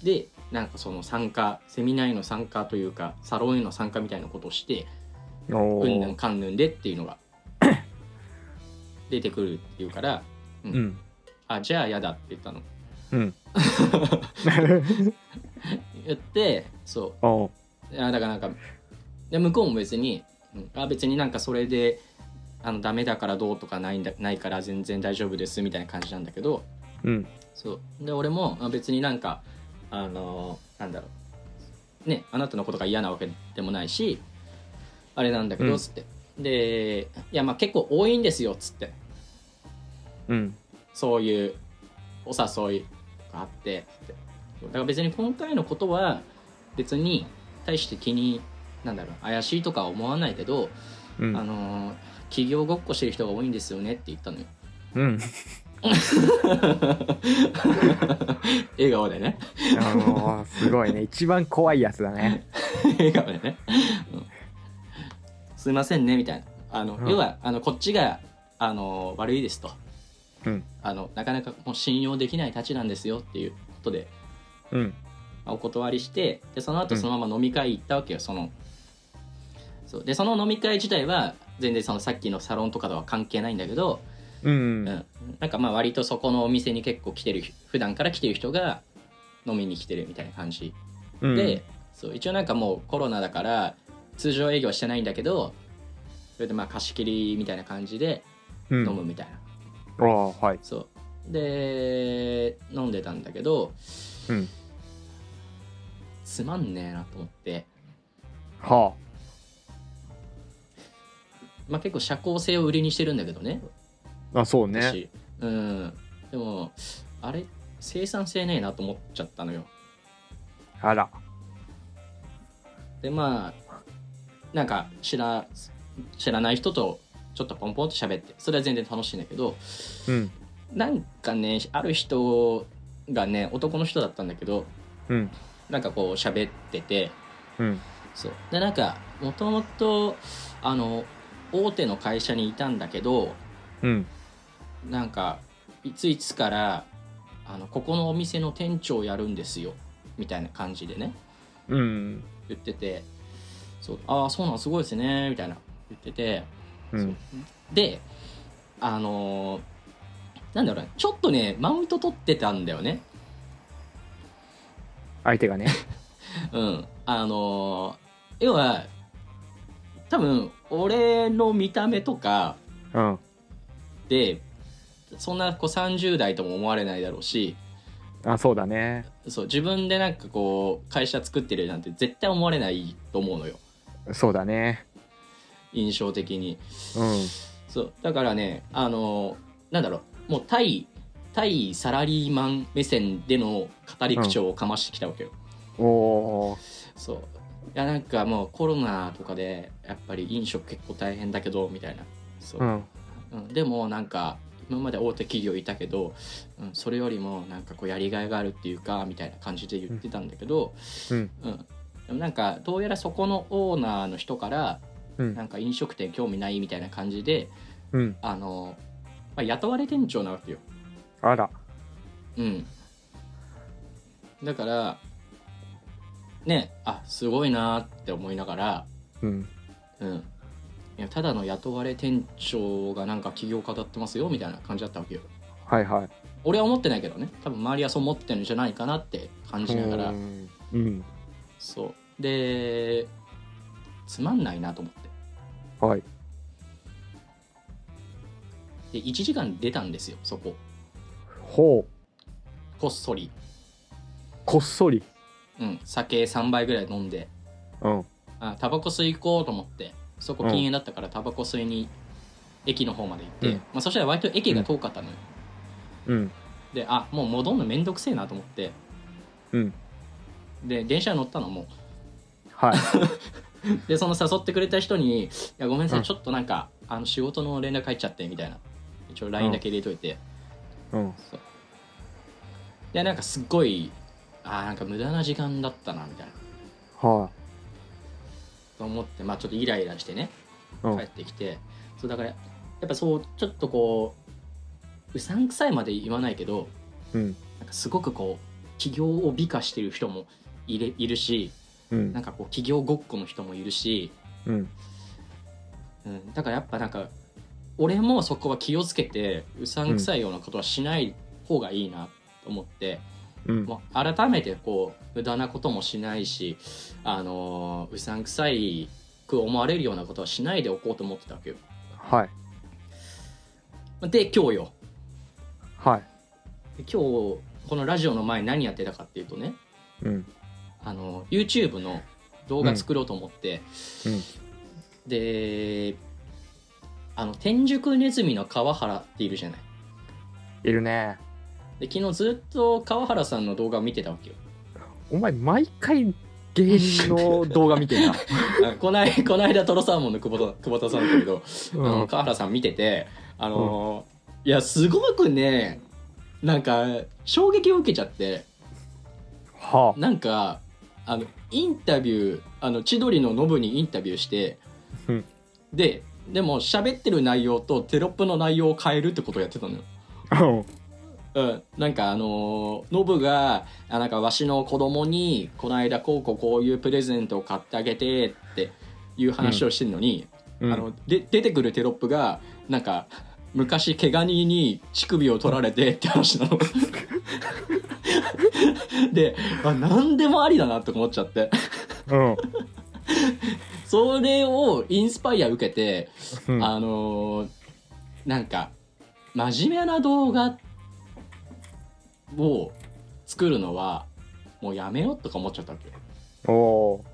でなんかその参加セミナーへの参加というかサロンへの参加みたいなことをして
お
うんぬん
ー
かんぬんでっていう のが出てくるっていうから
うん
あじゃあやだって言ったの
うん
言ってそ
おー
うあだからなんかで向こうも別に、うんあ別になんかそれであのダメだからどうとかないんだないから全然大丈夫ですみたいな感じなんだけど
うん
そうで俺もあ別になんかあのなんだろうねあなたのことが嫌なわけでもないしあれなんだけ
う
ど
ん
つって、でいやまあ結構多いんですよつって
うん
そういうお誘いがあってだから別に今回のことは別に対して気になんだろう怪しいとかは思わないけど、
う
あ
ん
のー企業ごっこしてる人が多いんですよねって言ったのよ
うん
笑顔でね
あのーすごいね一番怖いやつだね
笑顔でね、うんすいませんねみたいなあの、
うん
要はあのこっちがあのー悪いですと
うん
あのなかなかもう信用できないたちなんですよっていうことで
うん
お断りしてでその後
うん
そのまま飲み会行ったわけよ、そのそうでその飲み会自体は全然そのさっきのサロンとかとは関係ないんだけど、
う
うんん、なんかまあ割とそこのお店に結構来てる普段から来てる人が飲みに来てるみたいな感じ
うん
で、そう一応なんかもうコロナだから通常営業してないんだけどそれでまあ貸し切りみたいな感じで
うん
飲むみたいな、
ああはい
そうで飲んでたんだけど
うん
つまんねえなと思って。
は
まあ、結構社交性を売りにしてるんだけどね
ああそうね
私うんでもあれ生産性ねえなと思っちゃったのよ
あら
でまあなんか知ら知らない人とちょっとポンポンと喋ってそれは全然楽しいんだけど
うん
なんかねある人がね男の人だったんだけど
うん
なんかこう喋ってて
うん
そうでなんかもともとあの大手の会社にいたんだけど
うん
なんかいついつからあのここのお店の店長をやるんですよみたいな感じでね
うん
言っててそうああそうなんすごいですねみたいな言ってて
うん
であのーなんだろうなちょっとねマウント取ってたんだよね
相手がね。
うんあのー要は多分俺の見た目とか
うん。
でそんなこう30代とも思われないだろうし
あ、そうだね。
そう自分でなんかこう会社作ってるなんて絶対思われないと思うのよ
そうだね。
印象的に
うん。
そうだからねあのなんだろうもう対対サラリーマン目線での語り口調をかましてきたわけよ、
おお。
そういやなんかもうコロナとかでやっぱり飲食結構大変だけどみたいなそう
う、ん。
うんでもなんか今まで大手企業いたけど、うん、それよりもなんかこうやりがいがあるっていうかみたいな感じで言ってたんだけど、
うん
うんでもなんかどうやらそこのオーナーの人から
う。
なんんか飲食店興味ないみたいな感じで
うん。
あの、まあ、雇われ店長なわけよ。
あら。
うん、だからねあすごいなーって思いながら、
うん。
うん、いやただの雇われ店長がなんか起業家だってますよみたいな感じだったわけよ。
はいはい。
俺は思ってないけどね多分周りはそう思ってるんじゃないかなって感じながら
うん。うん。
そうでつまんないなと思って
はい。
で1時間出たんですよそこ
ほう。
こっそり、
こっそり。
うん、酒3杯ぐらい飲んで
うん。
あタバコ吸い行こうと思ってそこ禁煙だったからタバコ吸いに駅の方まで行って、
うん
まあ、そしたら割と駅が遠かったのよ、
うん。
であもう戻んのめんどくせえなと思って
うん。
で電車乗ったのも
はい。
うでその誘ってくれた人に「いやごめんなさい、
うん
ちょっとなんかあの仕事の連絡入っちゃって」みたいな一応 LINE だけ入れといて、
うん。
そうでなんかすっごいあーなんか無駄な時間だったなみたいな
は
と思ってまあちょっとイライラしてね
い。うん
帰ってきて、そうだからやっぱそうちょっとこううさんくさいまで言わないけど
うん。
なんかすごくこう起業を美化してる人もいれいるし
う
なん
ん。
かこう起業ごっこの人もいるし、
うん。
うん、だからやっぱなんか俺もそこは気をつけてうさんくさいようなことはしない方がいいなと思って、
うん。
もう改めてこう無駄なこともしないし、あのーうさんくさいく思われるようなことはしないでおこうと思ってたわけよ
はい。
で今日よ
はい。
で今日このラジオの前に何やってたかっていうとね、
うん。
あの YouTube の動画作ろうと思って、
うんうん
であの天竺ネズミの川原っているじゃない
いるね。
で昨日ずっと川原さんの動画を見てたわけよ
お前、毎回、芸人の動画見てんな。
あこないこの間トロサーモンの久保田久保田さんだけどあの川原さん見ててあのー、いやすごくねなんか衝撃を受けちゃって
は
なんかあのインタビューあの千鳥のノブにインタビューして、
うん
ででも喋ってる内容とテロップの内容を変えるってことをやってたのよ。
あ。うん。
うん、なんかあのーノブがあなんかわしの子供にこの間こうこうこういうプレゼントを買ってあげてっていう話をしてるのに、
うん
あので出てくるテロップがなんか昔毛ガニに乳首を取られてって話なのであ何でもありだなと思っちゃって
うん。
それをインスパイア受けて、
うん
あのーなんか真面目な動画を作るのはもうやめようとか思っちゃったわけよ
おお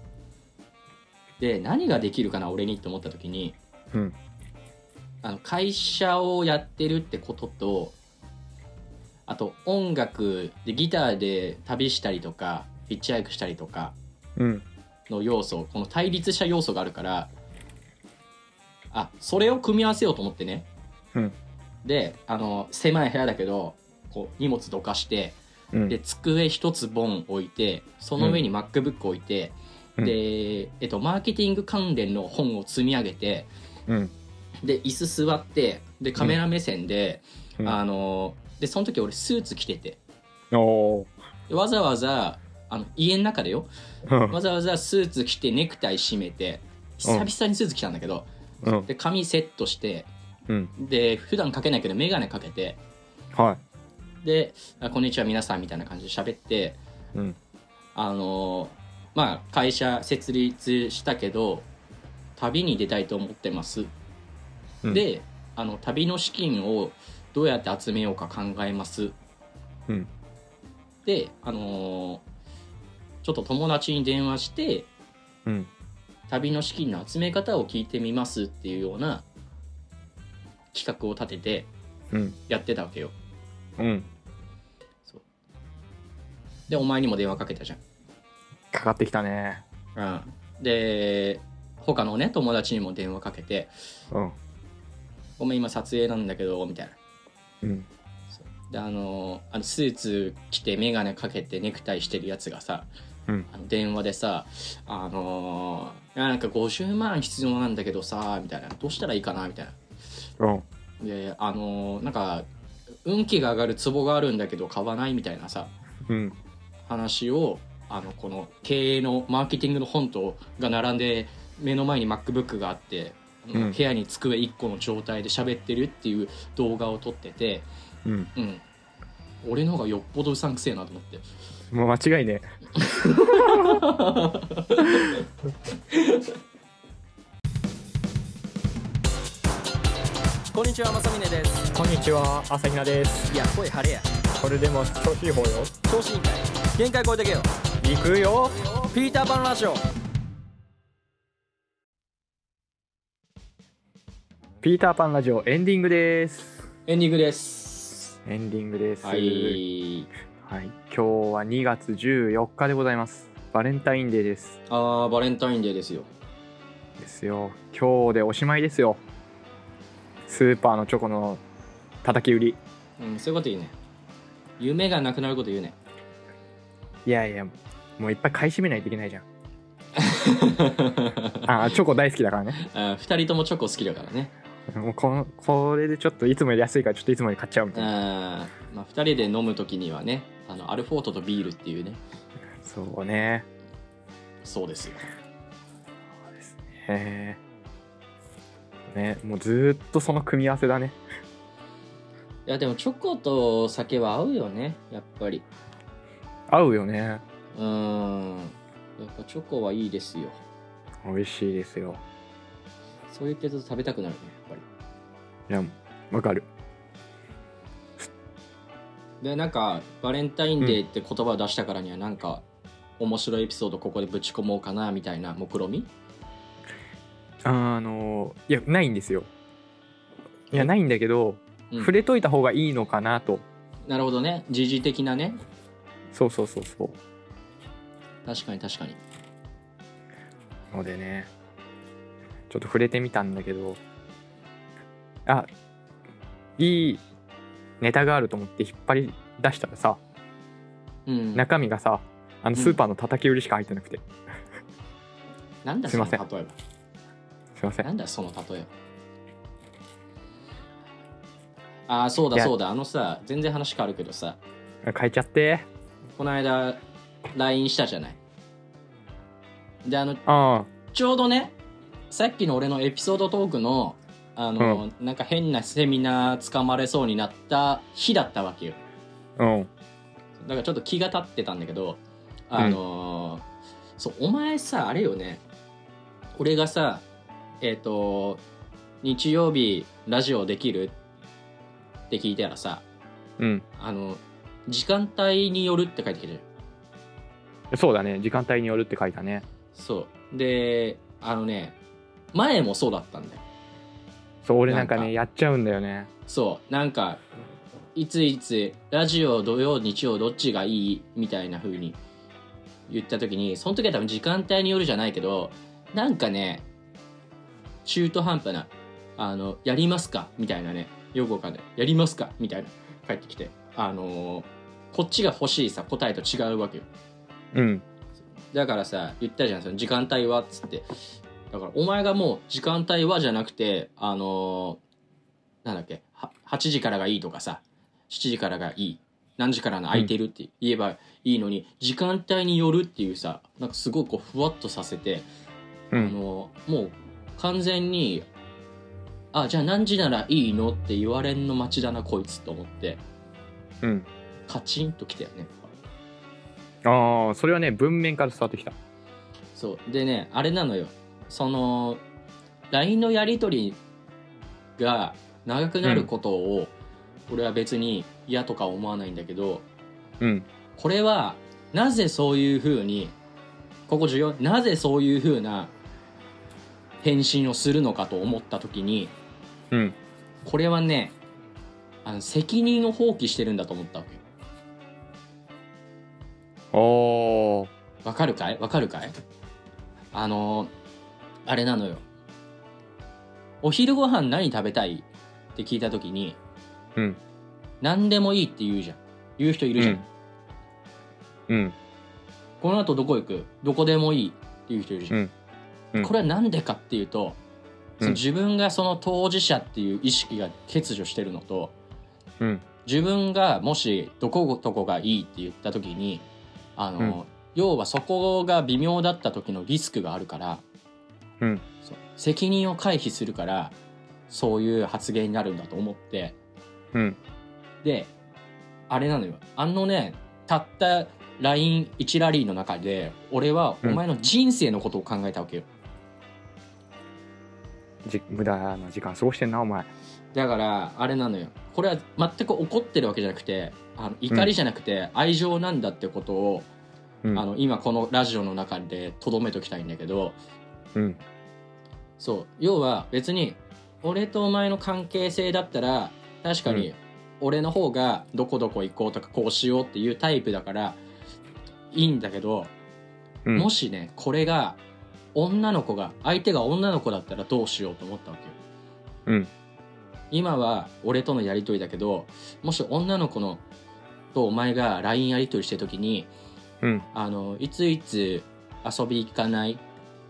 で何ができるかな俺にって思った時に
ー。うん。
あの会社をやってるってこととあと音楽でギターで旅したりとかヒッチハイクしたりとか
うん。
の要素この対立した要素があるからあそれを組み合わせようと思ってね、
うん
であの狭い部屋だけどこう荷物どかして
うん。
で机一つボン置いてその上に MacBook 置いて、
うん
で、えっと、マーケティング関連の本を積み上げて
うん。
で椅子座ってでカメラ目線で、
うん
あのでその時俺スーツ着てて
おー
でわざわざあの家の中でよ
うん
わざわざスーツ着てネクタイ締めて久々にスーツ着たんだけど、
うん
で髪セットして
うん
で普段かけないけど眼鏡かけて
は
で「あこんにちは皆さん」みたいな感じで喋って
いうん
あのーまあ会社設立したけど旅に出たいと思ってます、
うん
であの旅の資金をどうやって集めようか考えます、
うん
であのーちょっと友達に電話して
うん
旅の資金の集め方を聞いてみますっていうような企画を立てて
うん
やってたわけよ
うん
そうでお前にも電話かけたじゃん
かかってきたね
うん、で他のね友達にも電話かけて
うん
「ごめん今撮影なんだけど」みたいな
うん
であのあのスーツ着て眼鏡かけてネクタイしてるやつがさ、
うん
あの電話でさ「あのいやなんか50万必要なんだけどさ」みたいな「どうしたらいいかな」みたいな
うん
であのなんか運気が上がるツボがあるんだけど買わないみたいなさ
うん
話をあのこの経営のマーケティングの本とが並んで目の前に MacBook があって、あの
うん
部屋に机1個の状態で喋ってるっていう動画を撮ってて、
うん
うん、俺の方がよっぽどうさんくせえなと思って
もう間違いね
こんにちはまさみねです
こんにちは朝比奈です
いや声晴れや
これでも調子いい方よ
調子いいんかい限界超えてけよ
行くよ
ピーターパンラジオ
ピーターパンラジオエンディングです
エンディングです
エンディングです
はい
はい、今日は2月14日でございますバレンタインデーです
あーバレンタインデーですよ
ですよ今日でおしまいですよスーパーのチョコの叩き売り
うんそういうこと言うね夢がなくなること言うね
いやいやもういっぱい買い占めないといけないじゃんあーチョコ大好きだからね
あー二人ともチョコ好きだからね
もうこのこれでちょっといつもより安いからちょっといつもより買っちゃうみたい
あ
な
ーまあ、2人で飲む時にはねあのアルフォートとビールっていうね
そうね
そうですよ
そうですねねもうずーっとその組み合わせだね
いやでもチョコと酒は合うよねやっぱり
合うよね
うーんやっぱチョコはいいですよ
美味しいですよ
そう言ってると食べたくなるねやっぱ
いやわかる
りでなんかバレンタインデーって言葉を出したからにはなんか、面白いエピソードここでぶち込もうかなみたいな目論み
あのいやないんですよいやないんだけ
う
ど、
ん
触れといた方がいいのかなと
なるほどね時事的なね
そうそうそうそ
確かに確かに
うのでねちょっと触れてみたんだけどあいいネタがあると思って引っ張り出したらさ
うん
中身がさあのスーパーの叩き売りしか入ってなくて、
なんだ
す
そ
い
の例
ませ
え
ん
ば
すいませ
なんんだその例えああそう
い
だ
や
そうだあのさ全然話変わるけどさ
変えちゃって
この間 LINE したじゃないであの
あ
ちょうどねさっきの俺のエピソードトークのあの、なんか変なセミナーつかまれそうになった日だったわけよ
あうん
だからちょっと気が立ってたんだけどあのーそうお前さあれよね俺がさえっ、と日曜日ラジオできるって聞いたらさ
うん
あの時間帯によるって書いてきてる
そうだね時間帯によるって書いたね
そうであのね前もそうだったんだよ
そう俺なんかね
なんか
やっちゃうんだよね
そうなんかいついつラジオ土曜日曜どっちがいいみたいな風に言った時にその時は多分時間帯によるじゃないけどなんかね中途半端な「あのやりますか?」みたいなねよくわかんない「やりますか?」みたいな帰ってきてあのーこっちが欲しいさ答えと違うわけよ
うん
だからさ言ったじゃんその時間帯はっつってだからお前がもう時間帯はじゃなくてあのーなんだっけは8時からがいいとかさ7時からがいい何時からの空いてるって言えばいいのに、時間帯によるっていうさなんかすごいこうふわっとさせて、
う
あ
ん
のーもう完全にあじゃあ何時ならいいのって言われんの待ちだなこいつと思って
うん
カチンときたよね
ああそれはね文面から伝わってきた
そうでねあれなのよその LINE のやり取りが長くなることを、俺は別に嫌とか思わないんだけど
うん
これはなぜそういうふうにここ重要なぜそういうふうな返信をするのかと思った時に
うん
これはねあの責任を放棄してるんだと思ったわけよ
おー
わかるかいわかるかいあのーあれなのよお昼ご飯何食べたいって聞いた時に
うん
何でもいいって言うじゃん言う人いるじゃん、
うん
この後どこ行くどこでもいいっていう人いるじゃん、
うんうん
これはなんでかっていうと、その
うん
自分がその当事者っていう意識が欠如してるのと
うん
自分がもしどこどこがいいって言った時にあの、
うん
要はそこが微妙だった時のリスクがあるから
うん
そう責任を回避するからそういう発言になるんだと思って
うん
であれなのよあのねたった LINE1 ラリーの中で俺はお
うん
前の人生のことを考えたわけよ、
じ無駄な時間過ごしてんなお前
だからあれなのよこれは全く怒ってるわけじゃなくてあの怒りじゃなくて愛情なんだってことを、
うん
あの今このラジオの中でとどめときたいんだけど
うん
そう要は別に俺とお前の関係性だったら確か
う
に俺の方がどこどこ行こうとかこうしようっていうタイプだからいいんだけど、
うん
もしねこれが女の子が相手が女の子だったらどうしようと思ったわけよ
うん
今は俺とのやり取りだけどもし女の子のとお前が LINE やり取りしてる時に
うん
あのいついつ遊び行かない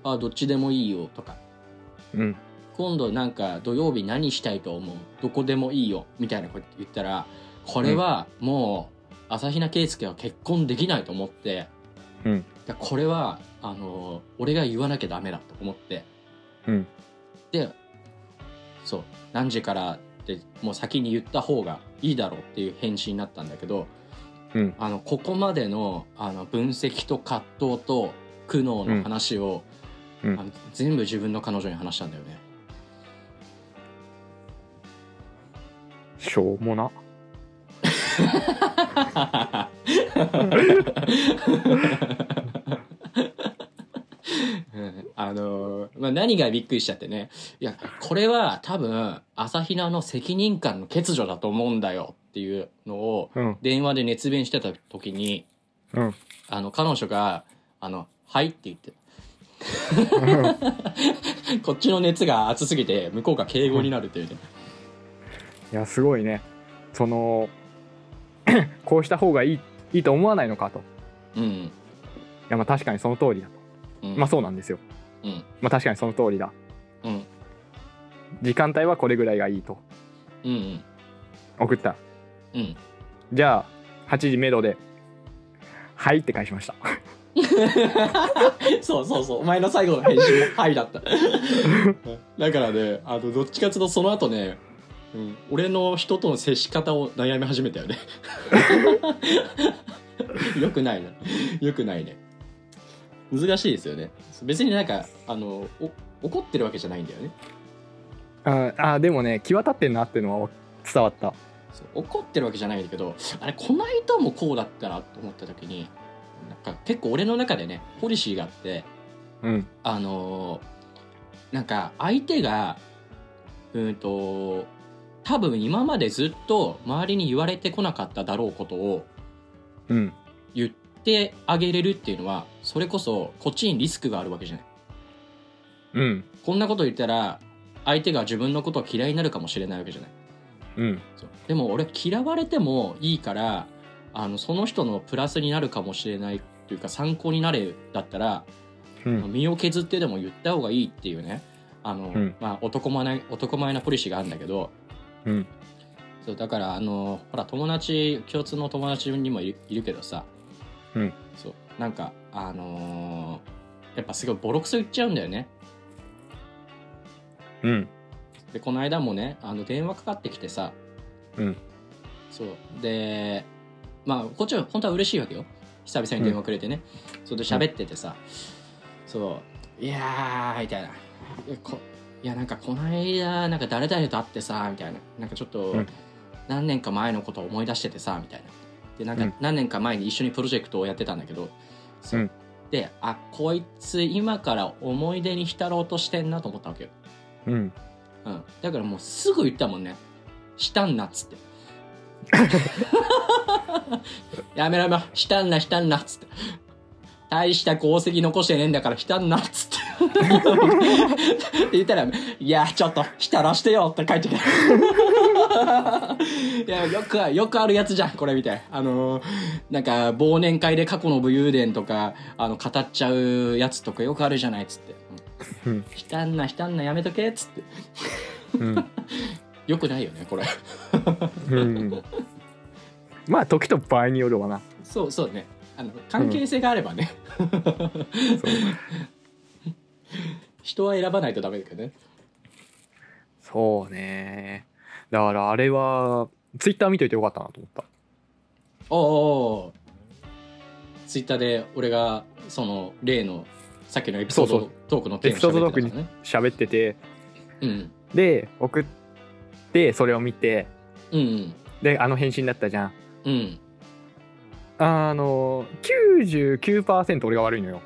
あどっちでもいいよとか
うん
今度なんか土曜日何したいと思うどこでもいいよみたいなこと言ったらこれはもう朝比奈圭介は結婚できないと思って、
うん
だこれはあの俺が言わなきゃダメだと思って
うん
でそう何時からってもう先に言った方がいいだろうっていう返信になったんだけど、
うん
あのここまでのあの分析と葛藤と苦悩の話を、
うん
あの全部自分の彼女に話したんだよね。
しょうもな
うんあのーまあ、何がびっくりしちゃってねいやこれは多分朝比奈の責任感の欠如だと思うんだよっていうのを
うん
電話で熱弁してた時に
うん
あの彼女が「あのはい」って言って こっちの熱が熱すぎて向こうが敬語になるっていうね、
いやすごいねその こうした方がいいいいと思わないのかとい
うん
やまあ確かにその通りだと
うん
まあそうなんですよ
うん
まあ確かにその通りだ
うん
時間帯はこれぐらいがいいと
うんうん
送った
うん
じゃあ8時めどで「はい」って返しました
そうそうそう、お前の最後の返信も、はいだった。だからね、あの、どっちかっていうと、その後ね、うん、俺の人との接し方を悩み始めたよね。 よくないね。よくないね。難しいですよね。別になんか、あの、お怒ってるわけじゃないんだよね。
ああでもね際立ってんなってのは伝わった
そう怒ってるわけじゃないんだけど、あれ、こないだもこうだったなと思った時に、なんか結構俺の中でね、ポリシーがあって、
うん
あのーなんか相手がうんと多分今までずっと周りに言われてこなかっただろうことを
うん
言ってあげれるっていうのはそれこそこっちにリスクがあるわけじゃない
うん
こんなこと言ったら相手が自分のことを嫌いになるかもしれないわけじゃない
うん
そうでも俺嫌われてもいいからあのその人のプラスになるかもしれないというか参考になれだったら
うん
身を削ってでも言った方がいいっていうねあの、
うん
まあ、男前な男前なポリシーがあるんだけど
うん
そうだからあのほら友達共通の友達にもいるいるけどさ、
うん
そうなんかあのーやっぱすごいボロクソ言っちゃうんだよね
うん
でこの間もねあの電話かかってきてさ
うん
そうでまあこっちは本当は嬉しいわけよ久々に電話くれてね、それで喋っててさ、そう「いやー」みたいな「いやこいやなんかこの間なんか誰々と会ってさ」みたいななんかちょっと
うん
何年か前のことを思い出しててさみたいなでなん
う
か
ん
何年か前に一緒にプロジェクトをやってたんだけど、そう
うん
であこいつ今から思い出に浸ろうとしてんなと思ったわけよ、
うん
うん、だからもうすぐ言ったもんね「したんな」っつって「やめろやめろしたんなしたんな」っつって「大した功績残してねえんだからしたんな」っつってって言ったら「いやちょっと浸らしてよ」って帰ってきたいやよくあよくあるやつじゃんこれみたいなあのーなんか忘年会で過去の武勇伝とかあの語っちゃうやつとかよくあるじゃないっつって「う
うん
ん、浸んな浸んなやめとけ」っつって
うん
よくないよねこ れ
うんまあ時と場合によるわな
そうそうねあの関係性があればね、
そう
人は選ばないとダメだけどね
そうねだからあれはツイッター見といてよかったなと思った
おうおうおうツイッターで俺がその例のさっきのエピソード
そう
トークのテーマ喋ってたからね
喋ってて
うん
で送ってそれを見て
うん
であの返信だったじゃん
うんうん
あの99%俺が悪いのよ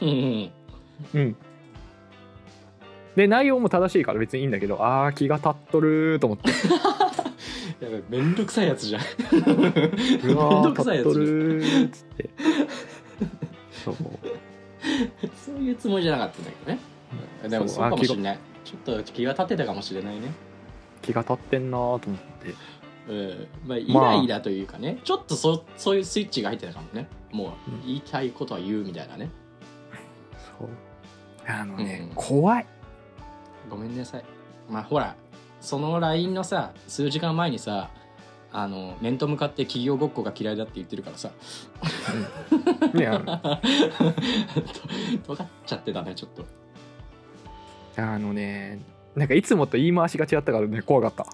うんうん
うんで内容も正しいから別にいいんだけどあー気が立っとるーと思 って
やべめんどくさいやつじゃん
う
めん
わー
どくさいや
立
つじ
っと
ゃん
るーっつってそう
そういうつもりじゃなかったんだけどねでもそうかもしれないちょっと気が立ってたかもしれないね
気が立ってんなーと思って
うんまあイ
まあ
ライラというかね、ちょっとそそういうスイッチが入ってたかもねもう
うん
言いたいことは言うみたいなね
そうあのね、
うん
怖い
ごめんなさいまあほらその LINE のさ数時間前にさあの面と向かって企業ごっこが嫌いだって言ってるからさ
ねあ
と尖っちゃってたねちょっと
のあのねなんかいつもと言い回しが違ったからね怖かった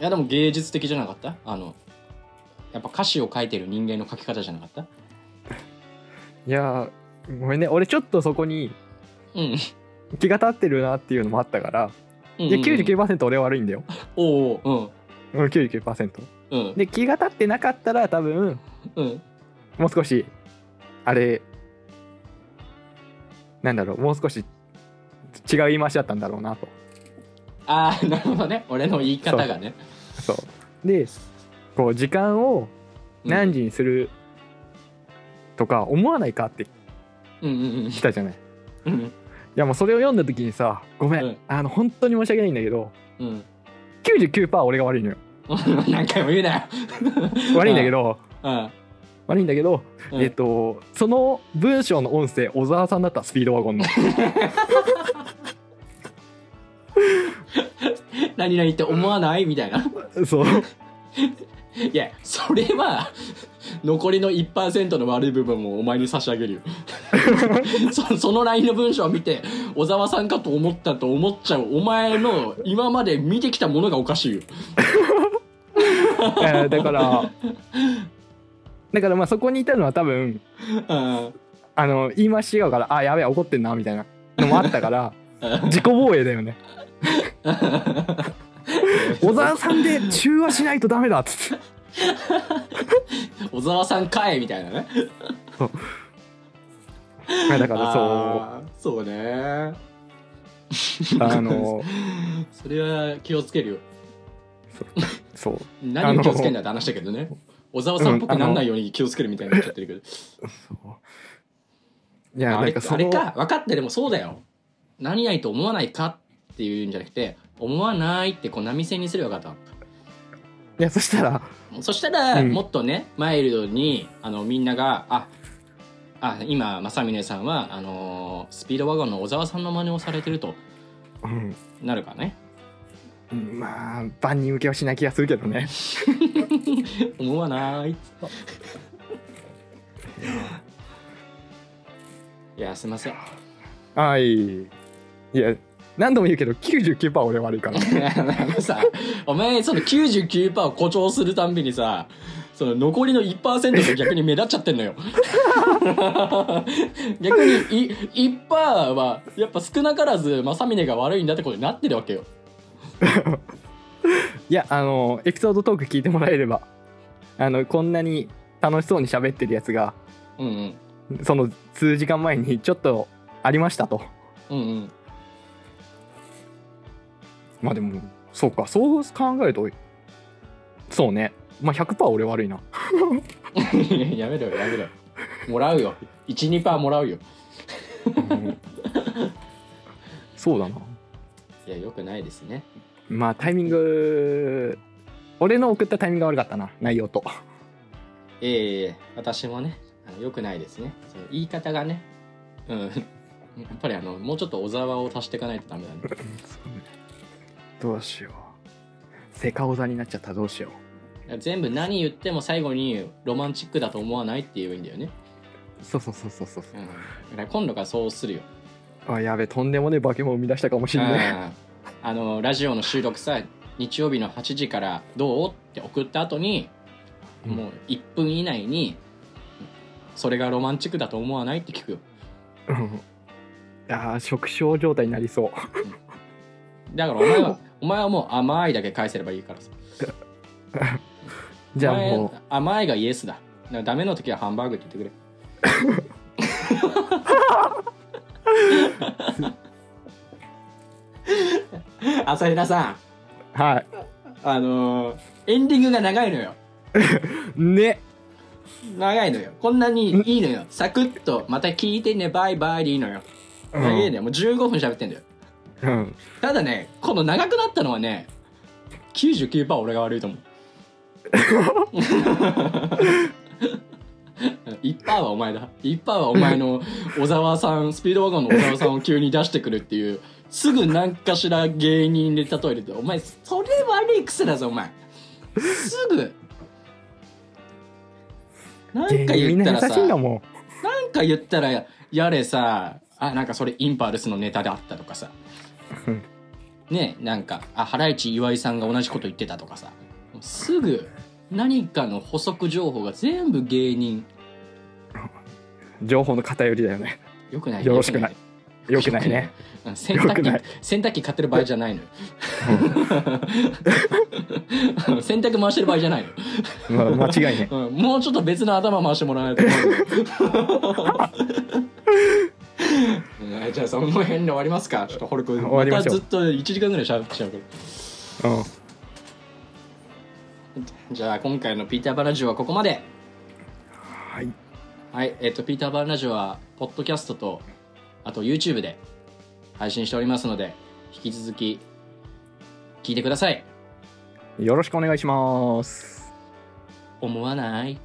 いやでも芸術的じゃなかったあのやっぱ歌詞を書いてる人間の書き方じゃなかった
いやーごめんね俺ちょっとそこに
うん
気が立ってるなっていうのもあったから、
うん
いや99%俺悪いんだよ
おうおう
俺99%
うんうん
で気が立ってなかったら多分
うん
もう少しあれなんだろうもう少し違う言い回しだったんだろうなと
ああなるほどね俺の言い方がね
そうでこう時間を何時にするとか思わないかって
うんうんうん
来たじゃない
う
い
ん
やもうそれを読んだ時にさごめん、
うん
あの本当に申し訳ないんだけど
うん
99%俺が悪 いのよ
うん何回も言うなよ
悪いんだけど
うん
悪いんだけど、
うん
えっとその文章の音声小沢さんだったスピードワ ゴンの
何々って思わないみたいな
そう
いやそれは残りの1%の悪い部分もお前に差し上 げるよそその LINE の文章を見て小沢さんかと思ったと思っちゃうお前の今まで見てきたものがおかしいよ
えーだからだからまあそこにいたのは多分
うん
あの言い回し違うからあやべえ怒ってんなみたいなのもあったから
うん
自己防衛だ よね小沢さんで中和しないとダメだっ つって
小沢さんかいみたいなね
はいだからそ
あーそうね
うあの
それは気をつけるよ
そうあ
何
の
に気をつけるんだって話だけどね小沢さんっぽくなんないように気をつけるみたいになっちゃってるけど
いや
あ
なん
れ
かそ
あ
の
れか分かってでもそうだよ何々と思わないかっていうんじゃなくて思わないってこう波線にすればよかっ
いやそしたら
たそしたら、
うん
もっとねマイルドにあのみんながああ今正峰さんはあのースピードワゴンの小沢さんの真似をされてると
うん
なるからね
まあ万人受けはしない気がするけど ね
思わないっていやすいません
はいいや何度も言うけど99%俺悪 いから
なんかさお前その99%を誇張するたんびにさその残りの1%が逆 に目立っちゃってんのよ逆にい1%はやっぱ少なからず正峰が悪いんだってことになってるわけよ
いやあのエピソードトーク聞いてもらえればあのこんなに楽しそうに喋ってるやつが
うんうん
その数時間前にちょっとありましたと
うんうん
まあでもそうかそう考えるとそうねまあ100%俺 悪いな
やめろよやめろよもらうよ12%もらうよ
うんそうだない
やよくないですね
まあタイミング俺の送ったタイミングが悪かったな内容と
ええ私もねあのよくないですねその言い方がねうんやっぱりあのもうちょっと小沢を足していかないとダメだね
どうしようセカオザになっちゃったどうしよ
全部何言っても最後にロマンチックだと思わないって言えばいいんだよね、
うそうそうそうそうそう
うん、だから今度からそうするよ
あやべとんでもねえ化け物を生み出したかもしんない
ああのラジオの収録さ日曜日の8時からどうって送った後に
うん
もう1分以内にそれがロマンチックだと思わないって聞くよ
うんあー食傷状態になりそう
だからお前 はお前はもう甘いだけ返せればいいからさ
じゃあ
お前
も
甘いがイエスだだからダメの時はハンバーグって言ってく れ朝比奈さん
うは
あのーエンディングが長いのよ
いね
長いのよこんなにいいのよサクッとまた聞いてねバイバイでいいのよ
うん
長いのよもう15分喋ってんだよ
うん
ただねこの長くなったのはね99%俺が悪いと思う 1%はお前だ1%はお前 の小沢さんスピードワゴンの小沢さんを急に出してくるっていうすぐ何かしら芸人で例えるとお前それ悪い癖だぞお前すぐなんか
芸人み
言
ん
った
な
ら
優
さ
しいんだもん
なんか言ったらやれさあなんかそれインパルスのネタであったとかさ
うん
ねなんかあハライチ岩井さんが同じこと言ってたとかさすぐ何かの補足情報が全部芸人
情報の偏りだよね
よくない
よろしくないよくない ね
うん洗濯
よくない
機洗濯機買ってる場合じゃないのよ 洗濯回してる場合じゃないのよ
まあ間違いね
うんもうちょっと別の頭回してもらわないと 思ううんじゃあその辺で終わりますかちょっとホルク
終わりましょう
たずっと1時間ぐらいしゃべっちゃうけど
うん
じゃあ今回のピーター・バンラジオはここまで
はい
はいえっとピーター・バンラジオはポッドキャストとあと YouTube で配信しておりますので引き続き聞いてください
よろしくお願いします
思わない